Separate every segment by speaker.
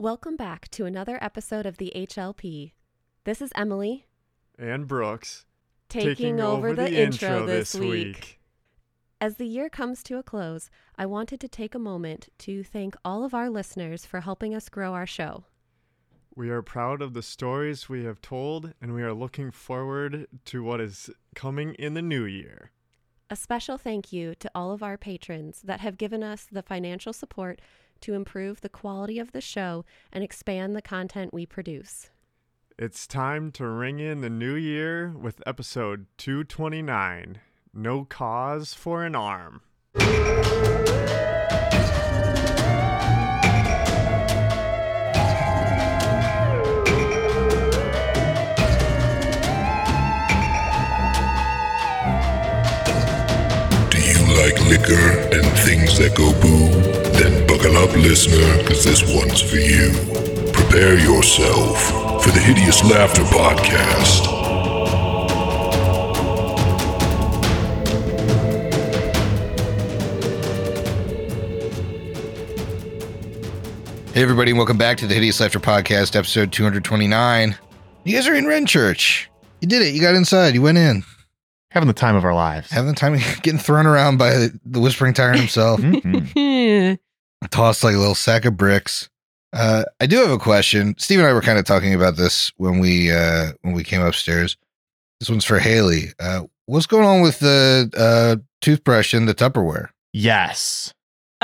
Speaker 1: Welcome back to another episode of the HLP. This is Emily
Speaker 2: and Brooks
Speaker 1: taking, over, the, intro, this week. As the year comes to a close, I wanted to take a moment to thank all of our listeners for helping us grow our show.
Speaker 2: We are proud of the stories we have told, and we are looking forward to what is coming in the new year.
Speaker 1: A special thank you to all of our patrons that have given us the financial support to improve the quality of the show and expand the content we produce.
Speaker 2: It's time to ring in the new year with episode 229 No Cause for an Arm.
Speaker 3: Do you like liquor and things that go boo? Then buckle up, listener, because this one's for you. Prepare yourself for the Hideous Laughter Podcast.
Speaker 4: Hey, everybody, and welcome back to the Hideous Laughter Podcast, episode 229. You guys are in Ren Church. You did it. You got inside. You went in.
Speaker 5: having the time of our lives.
Speaker 4: Having the time of getting thrown around by the, the Whispering Tyrant himself,
Speaker 5: Mhm.
Speaker 6: Mm-hmm.
Speaker 4: tossed like a little sack of bricks. Uh, I do have a question. Steve and I were kind of talking about this when we uh, when we came upstairs. This one's for Haley. Uh, what's going on with the uh, toothbrush in the Tupperware?
Speaker 5: yes.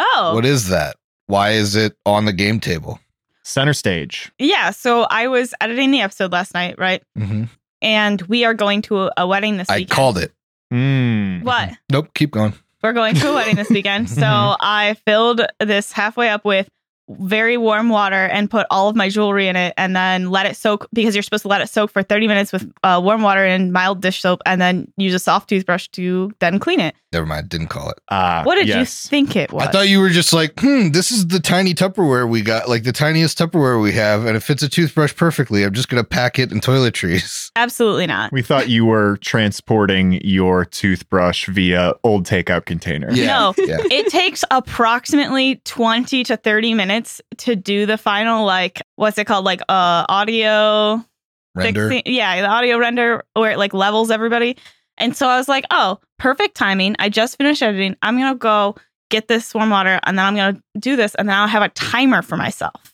Speaker 6: Oh,
Speaker 4: What is that? Why is it on the game table?
Speaker 5: Center stage.
Speaker 6: yeah. So I was editing the episode last night, right?
Speaker 4: Mm-hmm.
Speaker 6: And we are going to a, a wedding this
Speaker 4: I
Speaker 6: weekend.
Speaker 4: called it.
Speaker 5: Mm.
Speaker 6: What?
Speaker 4: Nope. Keep going.
Speaker 6: We're going to a wedding this weekend. So
Speaker 4: Mhm.
Speaker 6: I filled this halfway up with very warm water and put all of my jewelry in it and then let it soak because you're supposed to let it soak for 30 minutes with uh, warm water and mild dish soap and then use a soft toothbrush to then clean it.
Speaker 4: Never mind. Didn't call it.
Speaker 5: Uh,
Speaker 6: What did
Speaker 5: yes.
Speaker 6: you think it was?
Speaker 4: I thought you were just like, hmm, this is the tiny Tupperware we got, like the tiniest Tupperware we have, and it fits a toothbrush perfectly. I'm just gonna pack it in toiletries.
Speaker 6: Absolutely not.
Speaker 5: We thought you were transporting your toothbrush via old takeout container.
Speaker 4: Yeah.
Speaker 6: No,
Speaker 4: Yeah.
Speaker 6: it takes approximately 20 to 30 minutes to do the final like what's it called like uh audio
Speaker 4: Render.
Speaker 6: fixing- yeah the audio render where it like levels everybody and so i was like oh perfect timing i just finished editing i'm gonna go get this warm water and then i'm gonna do this and then i'll have a timer for myself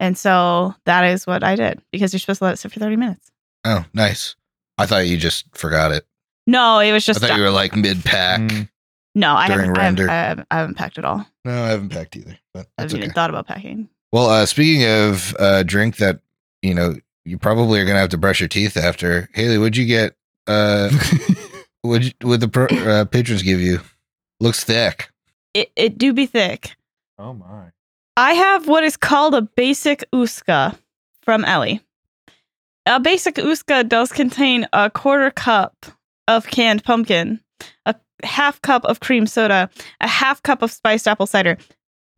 Speaker 6: and so that is what i did because you're supposed to let it sit for 30 minutes
Speaker 4: Oh, nice. I thought you just forgot it.
Speaker 6: no it was just
Speaker 4: I thought you were like mid pack.
Speaker 5: Mm.
Speaker 6: no I
Speaker 4: during
Speaker 6: haven't, I, haven't,
Speaker 4: render.
Speaker 6: I, haven't, I haven't packed at all
Speaker 4: No, I haven't packed either, but
Speaker 6: i
Speaker 4: that's
Speaker 6: haven't
Speaker 4: okay.
Speaker 6: even thought about packing
Speaker 4: Well, uh, speaking of uh, drink that you know you probably are gonna have to brush your teeth after. Haley, what'd you get? Uh, would you, would the pro- uh, patrons give you? Looks thick.
Speaker 6: it, it do be thick
Speaker 5: Oh my.
Speaker 6: I have what is called a basic uska from Ellie. A basic uska does contain a quarter cup of canned pumpkin, a half cup of cream soda, a half cup of spiced apple cider.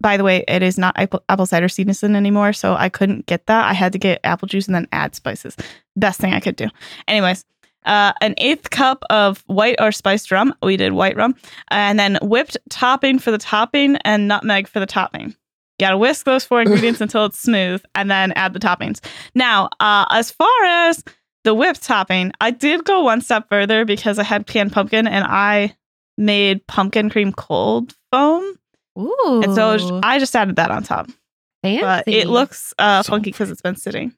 Speaker 6: By the way, it is not apple, apple cider seasoning anymore, so I couldn't get that. I had to get apple juice and then add spices. Best thing I could do. Anyways, uh, an eighth cup of white or spiced rum. We did white rum. And then whipped topping for the topping and nutmeg for the topping. You gotta whisk those four ingredients until it's smooth and then add the toppings. Now, uh, as far as the whipped topping, I did go one step further because I had canned pumpkin and I made pumpkin cream cold foam.
Speaker 1: Ooh.
Speaker 6: And so j- I just added that on top.
Speaker 1: fancy.
Speaker 6: But it looks uh,
Speaker 4: So
Speaker 6: funky because it's been sitting.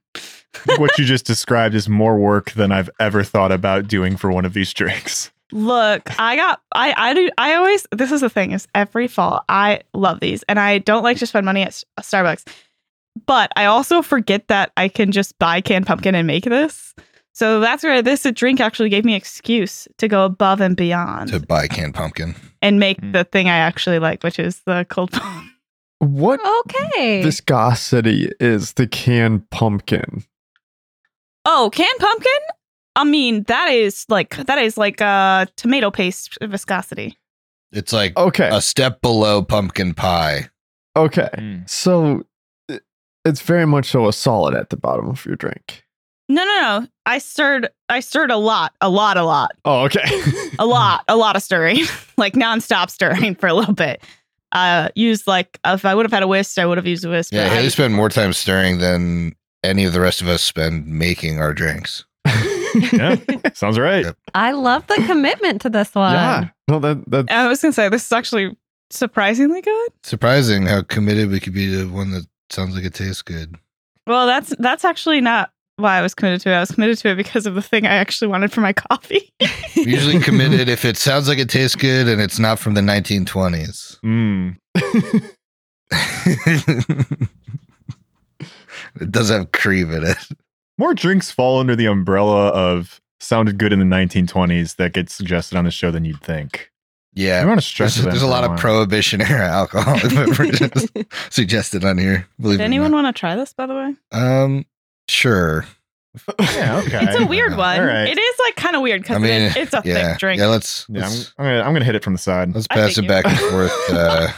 Speaker 5: what you just described is more work than I've ever thought about doing for one of these drinks.
Speaker 6: Look, I got I I do I always this is the thing is every fall I love these and I don't like to spend money at S- Starbucks. But I also forget that I can just buy canned pumpkin and make this. So that's where this drink actually gave me excuse to go above and beyond
Speaker 4: To buy canned pumpkin.
Speaker 6: and make
Speaker 5: Mm.
Speaker 6: the thing I actually like, which is the cold foam.
Speaker 2: What
Speaker 1: okay.
Speaker 2: viscosity is the canned pumpkin?
Speaker 6: Oh, canned pumpkin? I mean, that is like that is like uh tomato paste viscosity.
Speaker 4: It's like
Speaker 2: Okay.
Speaker 4: a step below pumpkin pie.
Speaker 2: Okay.
Speaker 4: Mm.
Speaker 2: So it- it's very much so a solid at the bottom of your drink.
Speaker 6: No, no, no. I stirred I stirred a lot, a lot, a lot.
Speaker 2: Oh, okay.
Speaker 6: a lot, a lot of stirring, like nonstop stirring for a little bit. uh, used like if I would have had a whisk, I would have used a whisk.
Speaker 4: Yeah,
Speaker 6: but I-
Speaker 4: Haley spent more time stirring than any of the rest of us spend making our drinks.
Speaker 5: yeah, sounds right.
Speaker 4: Yep.
Speaker 1: I love the commitment to this one.
Speaker 5: Yeah. No, that that
Speaker 6: I was gonna say this is actually surprisingly good.
Speaker 4: Surprising how committed we could be to one that sounds like it tastes good.
Speaker 6: Well, that's that's actually not why I was committed to it. I was committed to it because of the thing I actually wanted for my coffee.
Speaker 4: We're usually committed if it sounds like it tastes good and it's not from the 1920s.
Speaker 5: mm,
Speaker 4: it does have cream in it.
Speaker 5: more drinks fall under the umbrella of sounded good in the 1920s that gets suggested on the show than you'd think.
Speaker 4: Yeah.
Speaker 5: We're on a
Speaker 4: There's,
Speaker 5: stretch of that
Speaker 4: there's a
Speaker 5: for
Speaker 4: lot of
Speaker 5: while.
Speaker 4: prohibition era alcohol beverages suggested on here. Believe it or
Speaker 6: Did anyone
Speaker 4: not.
Speaker 6: want to try this, by the way?
Speaker 4: Um, sure.
Speaker 5: Yeah, okay.
Speaker 6: It's a weird one.
Speaker 5: All right.
Speaker 6: It is like kind of weird because
Speaker 4: I mean,
Speaker 6: it's a
Speaker 4: yeah,
Speaker 6: thick drink.
Speaker 4: Yeah, let's
Speaker 5: Yeah, I'm,
Speaker 4: let's,
Speaker 5: I'm gonna I'm gonna hit it from the side.
Speaker 4: let's
Speaker 6: I
Speaker 4: pass it
Speaker 6: think
Speaker 4: back
Speaker 6: you-
Speaker 4: and forth uh,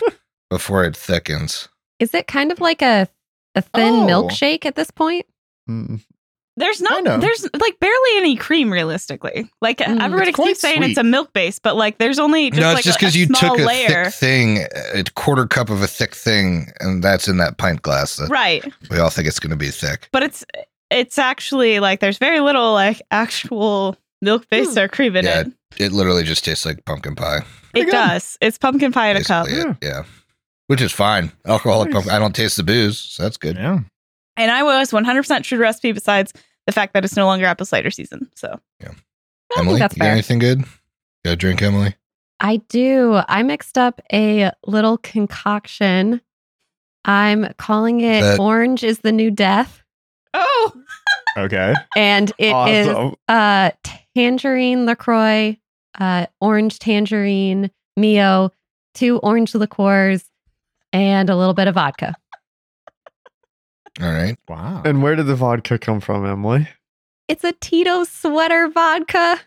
Speaker 4: before it thickens.
Speaker 1: Is it kind of like a a thin
Speaker 5: Oh.
Speaker 1: milkshake at this point?
Speaker 5: Mm.
Speaker 6: There's not.
Speaker 5: Kind of.
Speaker 6: There's like barely any cream, realistically. Like
Speaker 1: Mm.
Speaker 6: everybody
Speaker 5: It's quite
Speaker 6: keeps saying it's
Speaker 5: sweet.
Speaker 6: a milk base, but like there's only just
Speaker 4: no, it's
Speaker 6: like
Speaker 4: just
Speaker 6: a, a
Speaker 4: because you
Speaker 6: small
Speaker 4: took a
Speaker 6: layer.
Speaker 4: thick thing, a quarter cup of a thick thing, and that's in that pint glass. That
Speaker 6: right,
Speaker 4: We all think it's going to be thick.
Speaker 6: but it's it's actually like there's very little like actual milk base
Speaker 1: Hmm.
Speaker 6: or cream in
Speaker 4: Yeah,
Speaker 6: it.
Speaker 4: It literally just tastes like pumpkin pie.
Speaker 5: Pretty
Speaker 6: It
Speaker 5: good.
Speaker 6: does. It's pumpkin pie in a cup. Mm. Hmm.
Speaker 4: basically it, yeah. Which is fine. Alcoholic
Speaker 5: Nice.
Speaker 4: pumpkin. I don't taste the booze, so that's good.
Speaker 5: Yeah.
Speaker 6: And I was 100% true to recipe besides the fact that it's no longer apple cider season. So
Speaker 1: I think
Speaker 4: Emily,
Speaker 1: that's
Speaker 4: you got
Speaker 1: fair.
Speaker 4: anything good? You got a drink, Emily?
Speaker 1: I do. I mixed up a little concoction. I'm calling it
Speaker 4: That-
Speaker 1: Orange is the New Death.
Speaker 6: Oh,
Speaker 5: Okay. Oh,
Speaker 1: And it is
Speaker 5: awesome.
Speaker 1: uh, tangerine LaCroix, uh, orange tangerine, Mio, two orange liqueurs, and a little bit of vodka.
Speaker 4: All right.
Speaker 5: Wow.
Speaker 2: And where did the vodka come from, Emily?
Speaker 1: It's a Tito sweater vodka.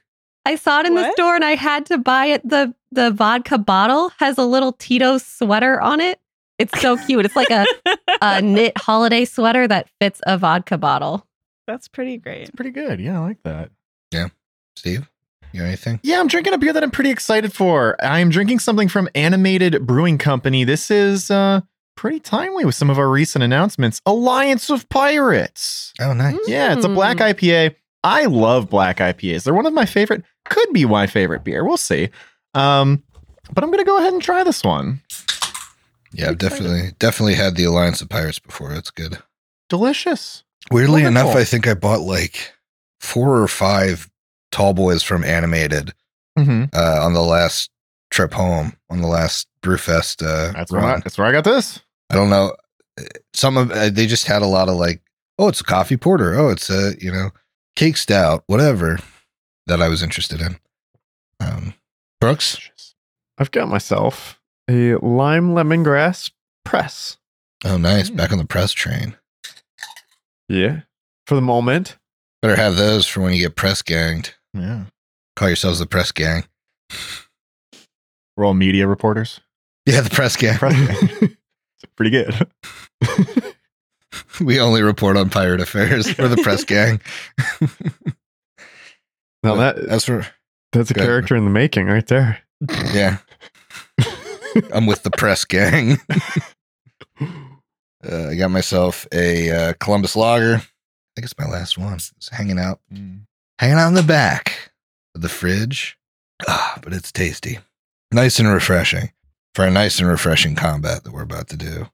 Speaker 1: I saw it in the
Speaker 6: What?
Speaker 1: store and I had to buy it. The the vodka bottle has a little Tito sweater on it. It's so cute. It's like a, a knit holiday sweater that fits a vodka bottle.
Speaker 6: that's pretty great.
Speaker 5: Pretty good. Yeah, I like that.
Speaker 4: Steve, you got anything?
Speaker 5: Yeah, I'm drinking a beer that I'm pretty excited for. I'm drinking something from Animated Brewing Company. This is uh pretty timely with some of our recent announcements. Alliance of Pirates.
Speaker 4: Oh, nice.
Speaker 5: Yeah, it's a black
Speaker 1: Mm.
Speaker 5: IPA. I love black IPAs. They're one of my favorite, could be my favorite beer. We'll see. Um, but I'm gonna go ahead and try this one.
Speaker 4: Yeah, I've definitely definitely had the Alliance of Pirates before. That's good.
Speaker 5: Delicious.
Speaker 4: Weirdly
Speaker 5: Wonderful.
Speaker 4: enough, I think I bought like four or five tall boys from Animated
Speaker 5: Mm-hmm.
Speaker 4: uh, on the last trip home, on the last Brewfest uh,
Speaker 5: That's where I,
Speaker 4: run.
Speaker 5: that's where I got this.
Speaker 4: I don't know. Some of uh, they just had a lot of like, oh, it's a coffee porter. Oh, it's a you know cake stout, whatever that I was interested in. Um, Brooks,
Speaker 2: I've got myself a lime lemongrass press.
Speaker 4: oh nice,
Speaker 5: Hmm.
Speaker 4: back on the press train.
Speaker 2: Yeah. For the moment.
Speaker 4: Better have those for when you get press ganged.
Speaker 5: Yeah.
Speaker 4: Call yourselves the press gang.
Speaker 5: We're all media reporters.
Speaker 4: Yeah, the press gang.
Speaker 5: pretty good.
Speaker 4: we only report on pirate affairs. We're the press gang.
Speaker 2: Now that
Speaker 4: that's for
Speaker 2: that's a
Speaker 4: good.
Speaker 2: character in the making right there.
Speaker 4: yeah. I'm with the press gang. Uh, I got myself a uh, Columbus Lager. I think it's my last one. It's hanging out
Speaker 5: Mm.
Speaker 4: hanging out in the back of the fridge. Ah, but it's tasty. Nice and refreshing for a nice and refreshing combat that we're about to do.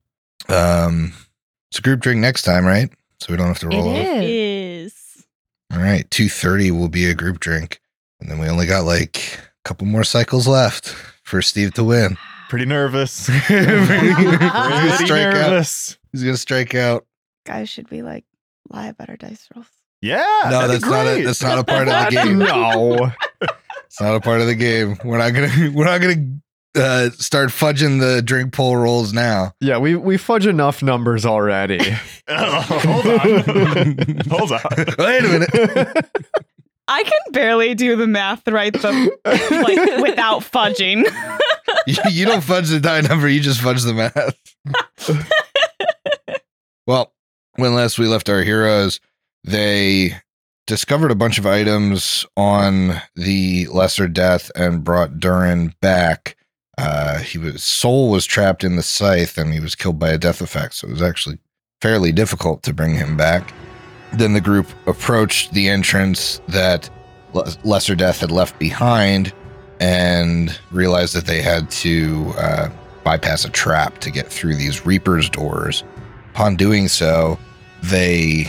Speaker 4: Um, it's a group drink next time, right? So we don't have to roll over.
Speaker 1: It is.
Speaker 6: Is
Speaker 4: All right, two thirty will be a group drink, and then we only got like a couple more cycles left for Steve to win.
Speaker 5: Pretty nervous.
Speaker 4: gonna
Speaker 5: Pretty
Speaker 4: strike out.
Speaker 5: nervous.
Speaker 4: He's gonna strike out.
Speaker 6: guys should we like lie about our dice rolls?
Speaker 5: Yeah.
Speaker 4: No,
Speaker 5: that'd
Speaker 4: that's
Speaker 5: be
Speaker 4: not a
Speaker 5: great.
Speaker 4: that's not a part of the game.
Speaker 5: no.
Speaker 4: It's not a part of the game. We're not gonna we're not gonna uh, start fudging the drink poll rolls now.
Speaker 2: Yeah, we we fudge enough numbers already.
Speaker 5: Oh, hold on. hold on.
Speaker 4: Wait a minute.
Speaker 6: I can barely do the math right the like without fudging.
Speaker 4: you, you don't fudge the die number, you just fudge the math. well, when last we left our heroes, they discovered a bunch of items on the Lesser Death and brought Durin back. Uh, he was soul was trapped in the scythe and he was killed by a death effect, so it was actually fairly difficult to bring him back. Then the group approached the entrance that Le- Lesser Death had left behind and realized that they had to uh, bypass a trap to get through these Reaper's doors. Upon doing so, they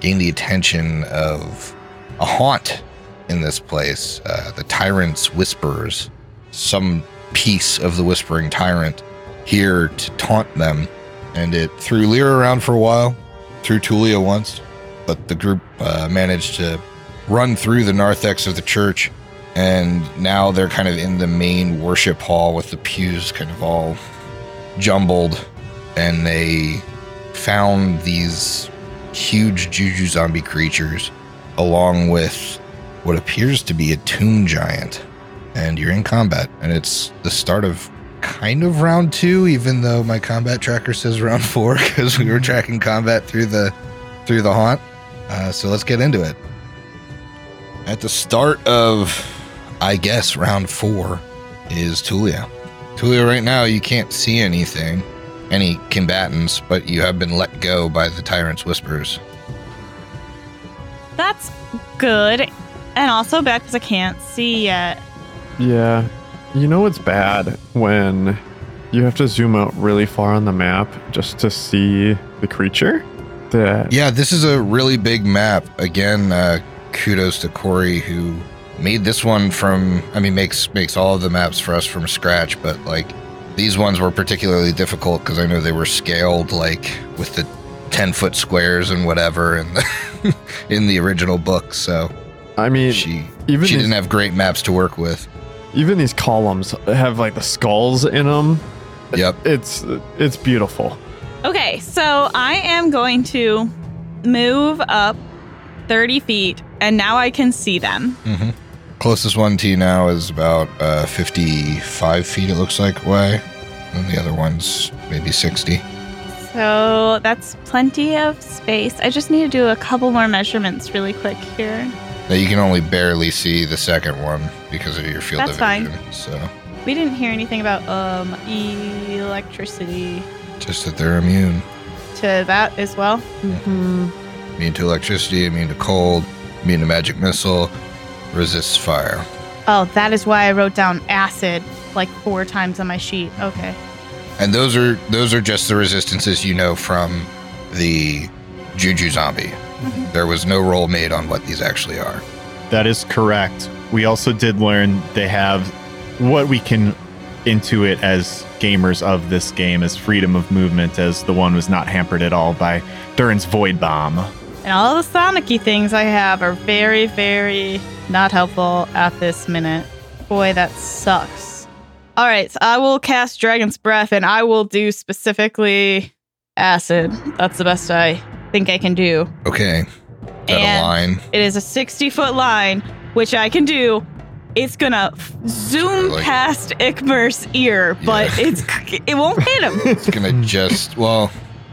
Speaker 4: gained the attention of a haunt in this place uh, the Tyrant's Whispers, some piece of the Whispering Tyrant here to taunt them. And it threw Lyra around for a while, threw Tulia once, but the group uh, managed to run through the narthex of the church and now they're kind of in the main worship hall with the pews kind of all jumbled and they found these huge juju zombie creatures along with what appears to be a tomb giant and you're in combat and it's the start of kind of round two even though my combat tracker says round four because we were tracking combat through the through the haunt uh, so let's get into it at the start of, I guess, round four is Tulia. Tulia, right now, you can't see anything, any combatants, but you have been let go by the Tyrant's Whispers.
Speaker 6: That's good and also bad because I can't see yet.
Speaker 2: Yeah. You know it's bad when you have to zoom out really far on the map just to see the creature? That
Speaker 4: Yeah, this is a really big map. Again, uh, kudos to Corey who made this one from I mean makes makes all of the maps for us from scratch, but like these ones were particularly difficult because I know they were scaled like with the ten foot squares and whatever and the in the original book. So
Speaker 2: I mean,
Speaker 4: she
Speaker 2: even
Speaker 4: she
Speaker 2: these,
Speaker 4: didn't have great maps to work with.
Speaker 2: even these columns have like the skulls in them.
Speaker 4: Yep.
Speaker 2: It's it's beautiful.
Speaker 6: Okay, so I am going to move up 30 feet and now I can see them.
Speaker 4: hmm Closest one to you now is about uh, fifty five feet. It looks like away, and the other one's maybe sixty.
Speaker 6: So that's plenty of space. I just need to do a couple more measurements really quick here.
Speaker 4: Now you can only barely see the second one because of your field
Speaker 6: That's
Speaker 4: of
Speaker 6: fine.
Speaker 4: vision. So
Speaker 6: We didn't hear anything about um electricity
Speaker 4: just that they're immune.
Speaker 6: to that as well.
Speaker 1: Mm-hmm.
Speaker 4: immune to electricity, immune to cold, immune to magic missile, resists fire.
Speaker 6: Oh, that is why I wrote down acid like four times on my sheet. Okay.
Speaker 4: And those are those are just the resistances you know from the Juju zombie.
Speaker 6: Mm-hmm.
Speaker 4: There was no roll made on what these actually are.
Speaker 5: That is correct. We also did learn they have what we can intuit as gamers of this game as freedom of movement, as the one was not hampered at all by Durin's Void Bomb.
Speaker 6: And all the Sonicy things I have are very, very not helpful at this minute. Boy, that sucks. All right, so I will cast Dragon's Breath and I will do specifically acid. That's the best I think I can do.
Speaker 4: Okay. Is that
Speaker 6: And-
Speaker 4: a line?
Speaker 6: It is a 60 foot line, which I can do. It's gonna f- zoom
Speaker 4: Really?
Speaker 6: past Ikmer's ear, but
Speaker 4: Yeah.
Speaker 6: it's it won't hit him.
Speaker 4: It's gonna just well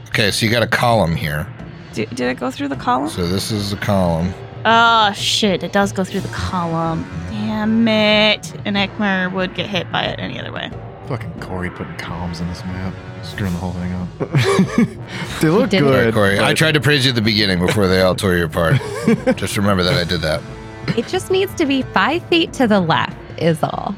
Speaker 4: okay, so you got a column here.
Speaker 6: Did, did it go through the column?
Speaker 4: So this is the column.
Speaker 6: Oh shit, it does go through the column. Damn it. And Ekmer would get hit by it any other way.
Speaker 5: Fucking Corey putting columns in this map, screwing the whole thing up.
Speaker 2: They look
Speaker 1: did it.
Speaker 4: Sorry,
Speaker 2: good.
Speaker 4: Corey. I
Speaker 2: but-
Speaker 4: tried to praise you at the beginning before they all tore you apart. just remember that I did that.
Speaker 1: It just needs to be five feet to the left, is all.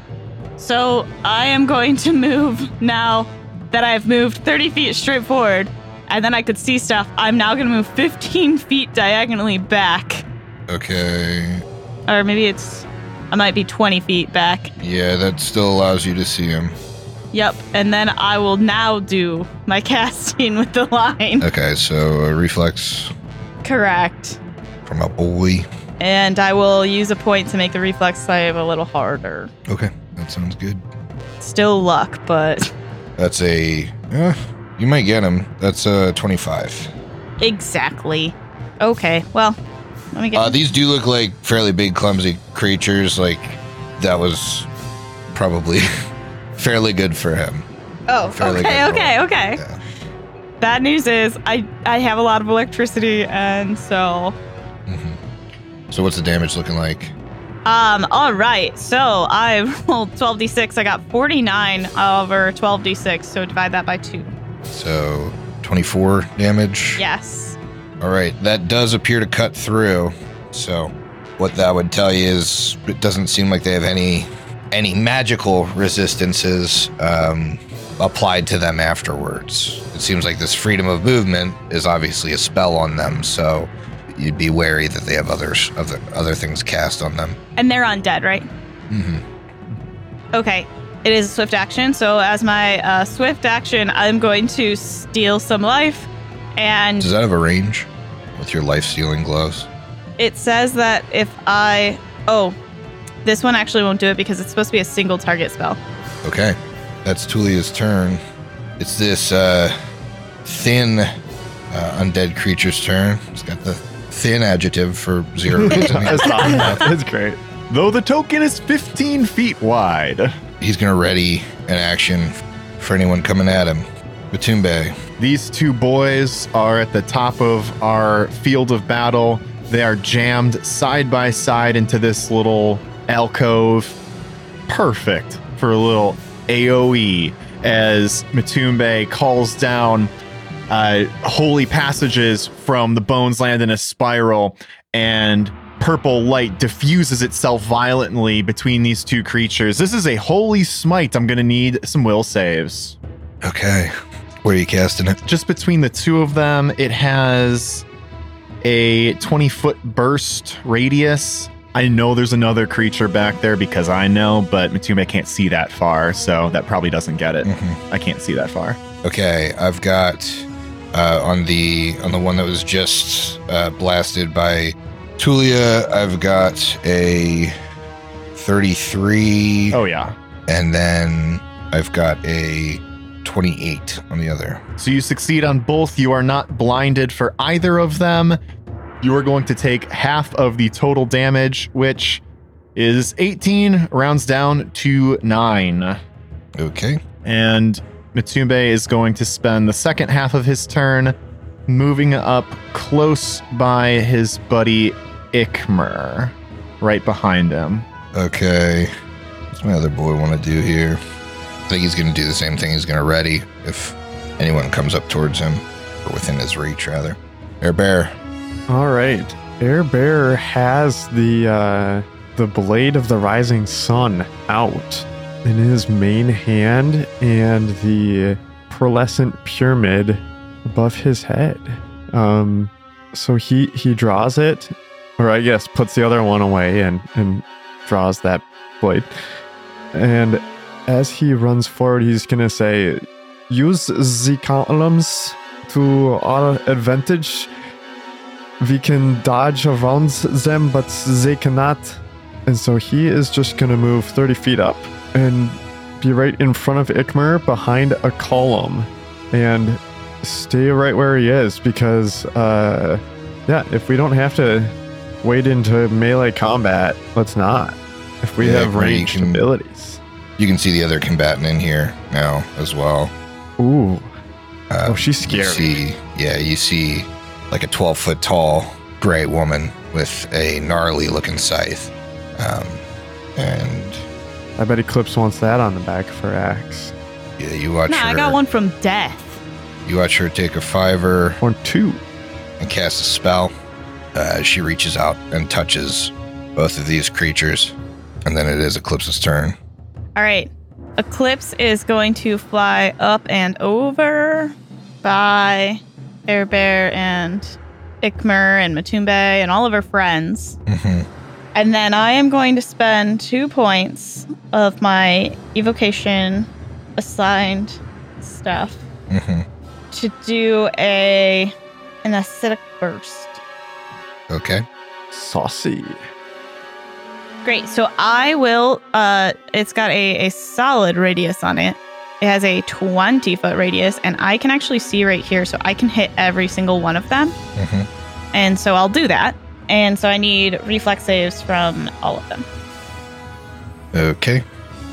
Speaker 6: So I am going to move now that I've moved 30 feet straight forward and then I could see stuff. I'm now gonna move 15 feet diagonally back.
Speaker 4: Okay.
Speaker 6: Or maybe it's I might be 20 feet back.
Speaker 4: Yeah, that still allows you to see him.
Speaker 6: Yep. And then I will now do my casting with the line.
Speaker 4: Okay, so a reflex
Speaker 6: Correct.
Speaker 4: from a boy.
Speaker 6: And I will use a point to make the reflex save a little harder.
Speaker 4: Okay, that sounds good.
Speaker 6: Still luck, but
Speaker 4: That's a. eh, you might get him. That's a 25.
Speaker 6: Exactly. Okay. Well, let me get.
Speaker 4: Uh, these do look like fairly big, clumsy creatures. Like, that was probably fairly good for him.
Speaker 6: oh,
Speaker 4: fairly
Speaker 6: okay,
Speaker 4: good
Speaker 6: okay,
Speaker 4: roll.
Speaker 6: okay.
Speaker 4: Yeah.
Speaker 6: Bad news is I I have a lot of electricity, and so
Speaker 4: So, what's the damage looking like?
Speaker 6: Um, all right. So I rolled 12d6. I got 49 over 12d6. So divide that by two.
Speaker 4: So 24 damage.
Speaker 6: Yes.
Speaker 4: All right. That does appear to cut through. So what that would tell you is it doesn't seem like they have any any magical resistances um, applied to them afterwards. It seems like this freedom of movement is obviously a spell on them, so you'd be wary that they have others other other things cast on them.
Speaker 6: And they're undead, right?
Speaker 4: hmm
Speaker 6: Okay. It is a swift action. So as my uh, swift action, I'm going to steal some life. And
Speaker 4: Does that have a range with your life stealing gloves?
Speaker 6: it says that if I. Oh, this one actually won't do it because it's supposed to be a single target spell.
Speaker 4: Okay. That's Tulia's turn. It's this uh, thin uh, undead creature's turn. It's got the thin adjective for zero reason.
Speaker 5: That's awesome. That's great. Though the token is 15 feet wide,
Speaker 4: He's going to ready an action for anyone coming at him. Batumbe.
Speaker 5: these two boys are at the top of our field of battle. They are jammed side by side into this little alcove. Perfect for a little AoE as Matumbe calls down uh, holy passages from the bones land in a spiral, and purple light diffuses itself violently between these two creatures. This is a holy smite. I'm going to need some will saves.
Speaker 4: Okay. Where are you casting it?
Speaker 5: Just between the two of them, it has a 20 foot burst radius. I know there's another creature back there because I know, but Matume can't see that far, so that probably doesn't get it.
Speaker 4: Mhm.
Speaker 5: I can't see that far.
Speaker 4: Okay, I've got uh, on the on the one that was just uh, blasted by Tulia. I've got a thirty-three,
Speaker 5: Oh, yeah.
Speaker 4: and then I've got a twenty-eight on the other.
Speaker 5: So you succeed on both. You are not blinded for either of them. You are going to take half of the total damage, which is 18, rounds down to 9.
Speaker 4: Okay,
Speaker 5: And Mitsume is going to spend the second half of his turn moving up close by his buddy Ikmer, right behind him.
Speaker 4: okay. What's my other boy want to do here? I think he's going to do the same thing. He's going to ready if anyone comes up towards him or within his reach, rather. Air bear.
Speaker 2: All right. Air Bear has the uh, the blade of the rising sun out in his main hand and the pearlescent pyramid above his head. Um, so he he draws it, or I guess puts the other one away and and draws that blade. And as he runs forward, he's gonna say, "Use the columns to our advantage." we can dodge around them, but they cannot. And so he is just gonna move 30 feet up and be right in front of Ikmer behind a column and stay right where he is because, uh, yeah, if we don't have to wade into melee combat, let's not. If we
Speaker 4: Yeah,
Speaker 2: have
Speaker 4: Ikmer, you
Speaker 2: ranged
Speaker 4: can-
Speaker 2: abilities.
Speaker 4: You can see the other combatant in here now as well.
Speaker 2: Ooh,
Speaker 4: Uh,
Speaker 2: oh, she's
Speaker 4: you
Speaker 2: scary.
Speaker 4: see, yeah, you see like a 12 foot tall gray woman with a gnarly looking scythe. Um, and
Speaker 2: I bet Eclipse wants that on the back of her axe.
Speaker 4: yeah, you watch
Speaker 6: No,
Speaker 4: her.
Speaker 6: I got one from death.
Speaker 4: You watch her take a fiver
Speaker 2: Or two.
Speaker 4: and cast a spell. Uh, she reaches out and touches both of these creatures, and then it is Eclipse's turn.
Speaker 6: All right. Eclipse is going to fly up and over by Air Bear and Ikmer and Matumbe and all of her friends.
Speaker 4: Mm-hmm.
Speaker 6: And then I am going to spend two points of my evocation assigned stuff
Speaker 4: Mm-hmm.
Speaker 6: to do a an acidic burst.
Speaker 4: Okay.
Speaker 2: Saucy.
Speaker 6: Great. So I will. Uh, it's got a, a solid radius on it. It has a 20 foot radius, and I can actually see right here, so I can hit every single one of them.
Speaker 4: Mm-hmm.
Speaker 6: And so I'll do that. And so I need reflex saves from all of them.
Speaker 4: Okay.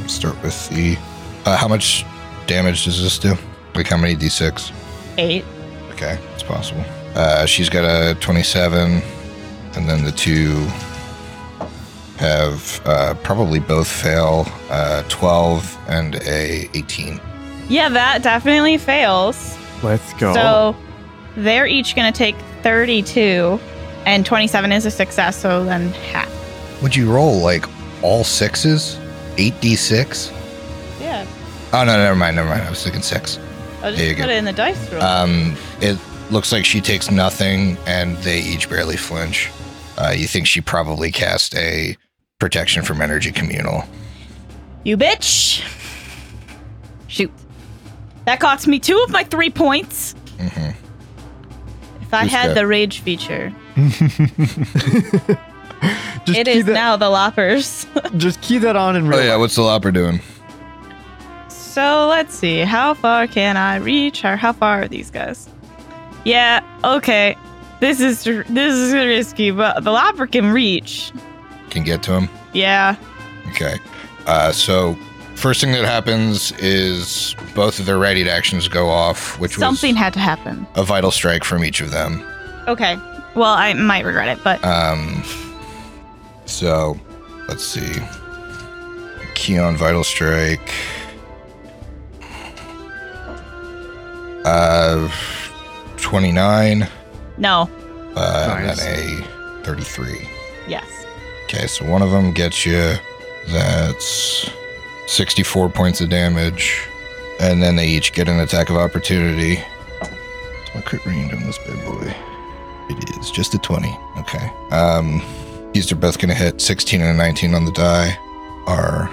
Speaker 4: Let's start with the. Uh, how much damage does this do? Like how many d6?
Speaker 6: Eight.
Speaker 4: Okay, it's possible. Uh, she's got a 27, and then the two have uh, probably both fail uh, 12 and a 18.
Speaker 6: Yeah, that definitely fails.
Speaker 2: Let's
Speaker 4: Oh.
Speaker 2: go.
Speaker 6: So they're each going to take 32, and 27 is a success, so then half.
Speaker 4: Would you roll like all sixes? 8d6?
Speaker 6: Yeah.
Speaker 4: Oh, no, never mind, never mind. I was thinking six.
Speaker 6: I'll
Speaker 4: There you
Speaker 6: just
Speaker 4: go.
Speaker 6: put it in the dice roll.
Speaker 4: Um, it looks like she takes nothing, and they each barely flinch. Uh, you think she probably cast a protection from energy communal.
Speaker 6: you bitch!
Speaker 1: Shoot.
Speaker 6: That cost me two of my three points.
Speaker 4: Mhm.
Speaker 6: If I
Speaker 4: Who's
Speaker 6: had
Speaker 4: that?
Speaker 6: the rage feature,
Speaker 2: just
Speaker 6: it
Speaker 2: key
Speaker 6: is
Speaker 2: that,
Speaker 6: now the loppers.
Speaker 2: Just key that on and
Speaker 4: Oh
Speaker 2: real
Speaker 4: yeah, what's the lopper doing?
Speaker 6: so let's see. How far can I reach, or how far are these guys? Yeah. Okay. This is this is risky, but the lopper can reach.
Speaker 4: Can get to him.
Speaker 6: Yeah.
Speaker 4: Okay. Uh, so first thing that happens is both of their readied actions go off, which
Speaker 6: Something
Speaker 4: was
Speaker 6: had to happen.
Speaker 4: a vital strike from each of them.
Speaker 6: Okay. Well, I might regret it, but
Speaker 4: Um, so let's see. Keon Vital Strike. Uh, 29.
Speaker 6: no.
Speaker 4: Uh,
Speaker 2: Nice.
Speaker 4: And then a 33.
Speaker 6: Yes.
Speaker 4: Okay, so one of them gets you. That's 64 points of damage. And then they each get an attack of opportunity. What's my crit range on this bad boy? It is just a 20. Okay. Um, these are both going to hit 16 and a 19 on the die. Are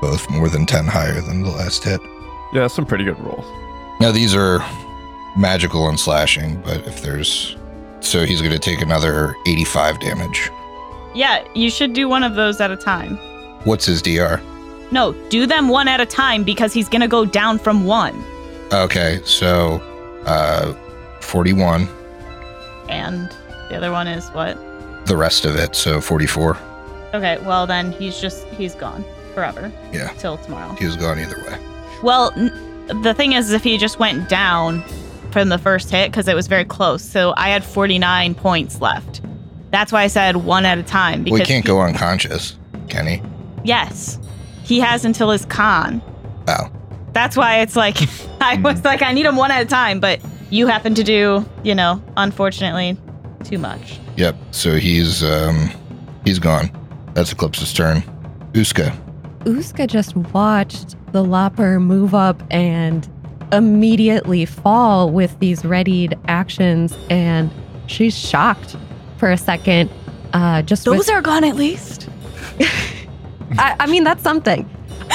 Speaker 4: both more than 10 higher than the last hit.
Speaker 2: Yeah, that's some pretty good rolls.
Speaker 4: Now these are magical and slashing, but if there's. So he's going to take another 85 damage.
Speaker 6: Yeah. You should do one of those at a time.
Speaker 4: What's his DR?
Speaker 6: No, do them one at a time because he's gonna go down from one.
Speaker 4: Okay, so uh 41,
Speaker 6: And the other one is what?
Speaker 4: the rest of it, so 44.
Speaker 6: Okay, well then he's just he's gone forever.
Speaker 4: Yeah.
Speaker 6: Till tomorrow.
Speaker 4: He was gone either way.
Speaker 6: Well, n- the thing is, if he just went down from the first hit because it was very close, so I had 49 points left. That's why I said one at a time
Speaker 4: Well,
Speaker 6: because
Speaker 4: he can't
Speaker 6: he-
Speaker 4: go unconscious, can he?
Speaker 6: Yes, he has until his con.
Speaker 4: Oh.
Speaker 6: That's why it's like I was like I need him one at a time, but you happen to do you know unfortunately too much.
Speaker 4: Yep. So he's um he's gone. That's Eclipse's turn. Uska.
Speaker 1: Uska just watched the lopper move up and immediately fall with these readied actions, and she's shocked for a second. Uh, just with-
Speaker 6: are gone at least.
Speaker 1: I, I mean, that's something.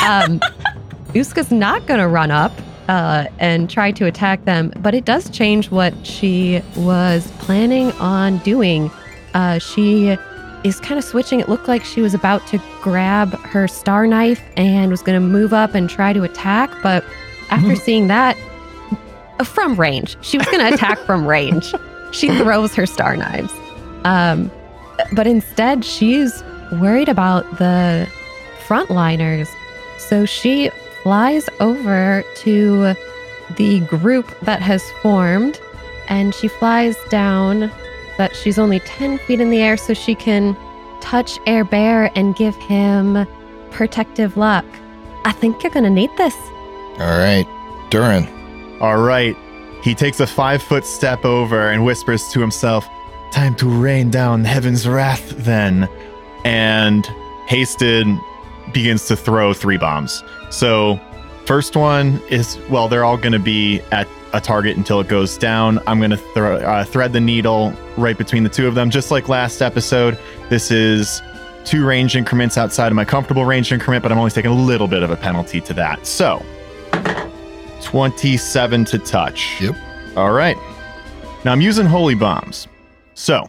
Speaker 1: Um, Uska's not going to run up uh, and try to attack them, but it does change what she was planning on doing. Uh, she is kind of switching. It looked like she was about to grab her star knife and was going to move up and try to attack, but after seeing that, uh, from range, she was going to attack from range. She throws her star knives. Um, but instead, she's worried about the frontliners. So she flies over to the group that has formed and she flies down that she's only 10 feet in the air so she can touch Air Bear and give him protective luck. I think you're going to need this.
Speaker 4: All right. Durin.
Speaker 5: All right. He takes a five foot step over and whispers to himself, Time to rain down heaven's wrath, then. And Hasted begins to throw three bombs. So, first one is well, they're all going to be at a target until it goes down. I'm going to throw, uh, thread the needle right between the two of them, just like last episode. This is two range increments outside of my comfortable range increment, but I'm only taking a little bit of a penalty to that. So, 27 to touch.
Speaker 4: Yep.
Speaker 5: All right. Now I'm using holy bombs. So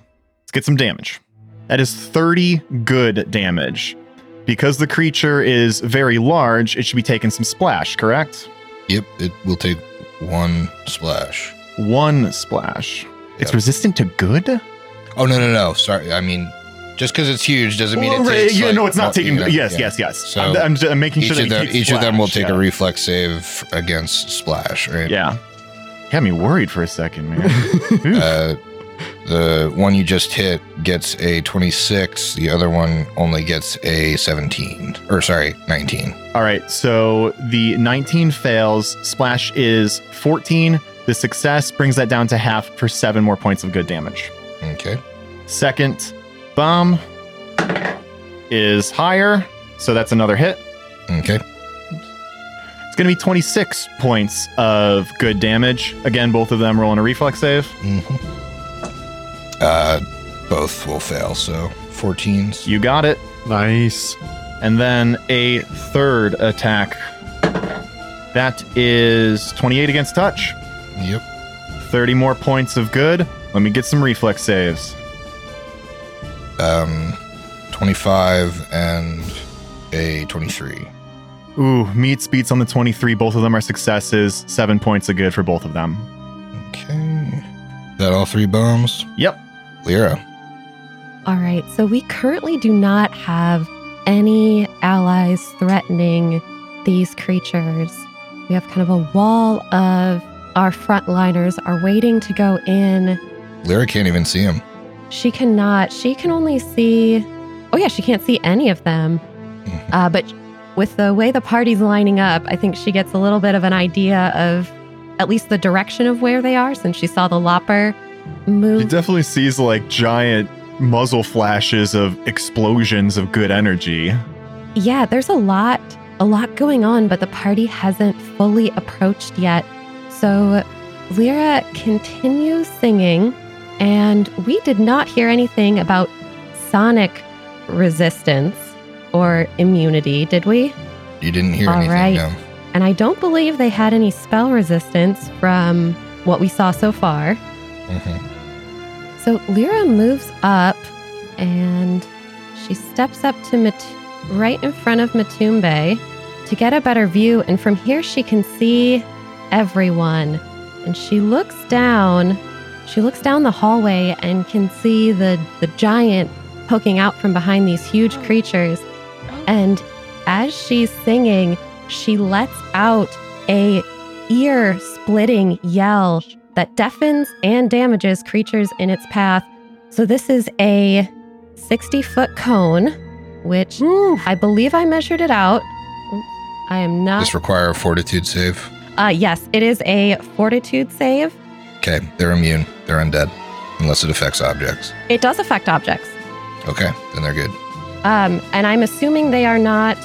Speaker 5: let's get some damage. That is 30 good damage. Because the creature is very large, it should be taking some splash, correct?
Speaker 4: Yep, it will take one splash.
Speaker 5: One splash. It's
Speaker 4: Yep.
Speaker 5: resistant to good?
Speaker 4: Oh no no no. Sorry. I mean just because it's huge doesn't mean it
Speaker 5: Well,
Speaker 4: takes
Speaker 5: yeah,
Speaker 4: like,
Speaker 5: no, it's not
Speaker 4: one-
Speaker 5: taking.
Speaker 4: you know,
Speaker 5: yes,
Speaker 4: yeah.
Speaker 5: yes, yes.
Speaker 4: So
Speaker 5: I'm, I'm, just, I'm making
Speaker 4: Each,
Speaker 5: sure that
Speaker 4: of
Speaker 5: he
Speaker 4: them,
Speaker 5: takes
Speaker 4: each of them will
Speaker 5: splash,
Speaker 4: take
Speaker 5: yeah.
Speaker 4: a reflex save against splash, right?
Speaker 5: Yeah. Got me worried for a second, man. Oof.
Speaker 4: Uh, The one you just hit gets a 26, the other one only gets a 17. Or, sorry, 19.
Speaker 5: All right, so the 19 fails. Splash is 14. The success brings that down to half for seven more points of good damage.
Speaker 4: Okay.
Speaker 5: Second bomb is higher, so that's another hit.
Speaker 4: Okay.
Speaker 5: It's going to be 26 points of good damage. Again, both of them rolling a reflex save.
Speaker 4: hmm Uh, both will fail, so 14s.
Speaker 5: You got it.
Speaker 2: Nice.
Speaker 5: And then a third attack. That is 28 against touch.
Speaker 4: Yep.
Speaker 5: 30 more points of good. Let me get some reflex saves.
Speaker 4: Um, 25 and a 23.
Speaker 5: Ooh, meets beats on the 23. Both of them are successes. Seven points of good for both of them.
Speaker 4: Okay. That all three bombs?
Speaker 5: Yep.
Speaker 4: Lyra.
Speaker 1: All right, so we currently do not have any allies threatening these creatures. We have kind of a wall of our frontliners are waiting to go in.
Speaker 4: Lyra can't even see him.
Speaker 1: She cannot, she can only see, oh yeah, she can't see any of them.
Speaker 4: Mhm.
Speaker 1: Uh, but with the way the party's lining up, I think she gets a little bit of an idea of at least the direction of where they are since she saw the lopper
Speaker 5: He
Speaker 1: move.
Speaker 5: definitely sees like giant muzzle flashes of explosions of good energy.
Speaker 1: Yeah, there's a lot, a lot going on, but the party hasn't fully approached yet. So Lyra continues singing, and we did not hear anything about sonic resistance or immunity, did we?
Speaker 4: You didn't hear
Speaker 1: All
Speaker 4: anything,
Speaker 1: right.
Speaker 4: no.
Speaker 1: And I don't believe they had any spell resistance from what we saw so far.
Speaker 4: Mhm.
Speaker 1: So Lyra moves up and she steps up to Mat- right in front of Matumbe to get a better view. And from here, she can see everyone. And she looks down. She looks down the hallway and can see the, the giant poking out from behind these huge creatures. And as she's singing, she lets out a ear splitting yell that deafens and damages creatures in its path. So this is a 60 foot cone, which I believe I measured it out. Oops, I am not.
Speaker 4: Just require a fortitude save.
Speaker 1: Uh, yes, it is a fortitude save.
Speaker 4: Okay, they're immune. They're undead. Unless it affects objects.
Speaker 1: It does affect objects.
Speaker 4: Okay, then they're good.
Speaker 1: Um, and I'm assuming they are not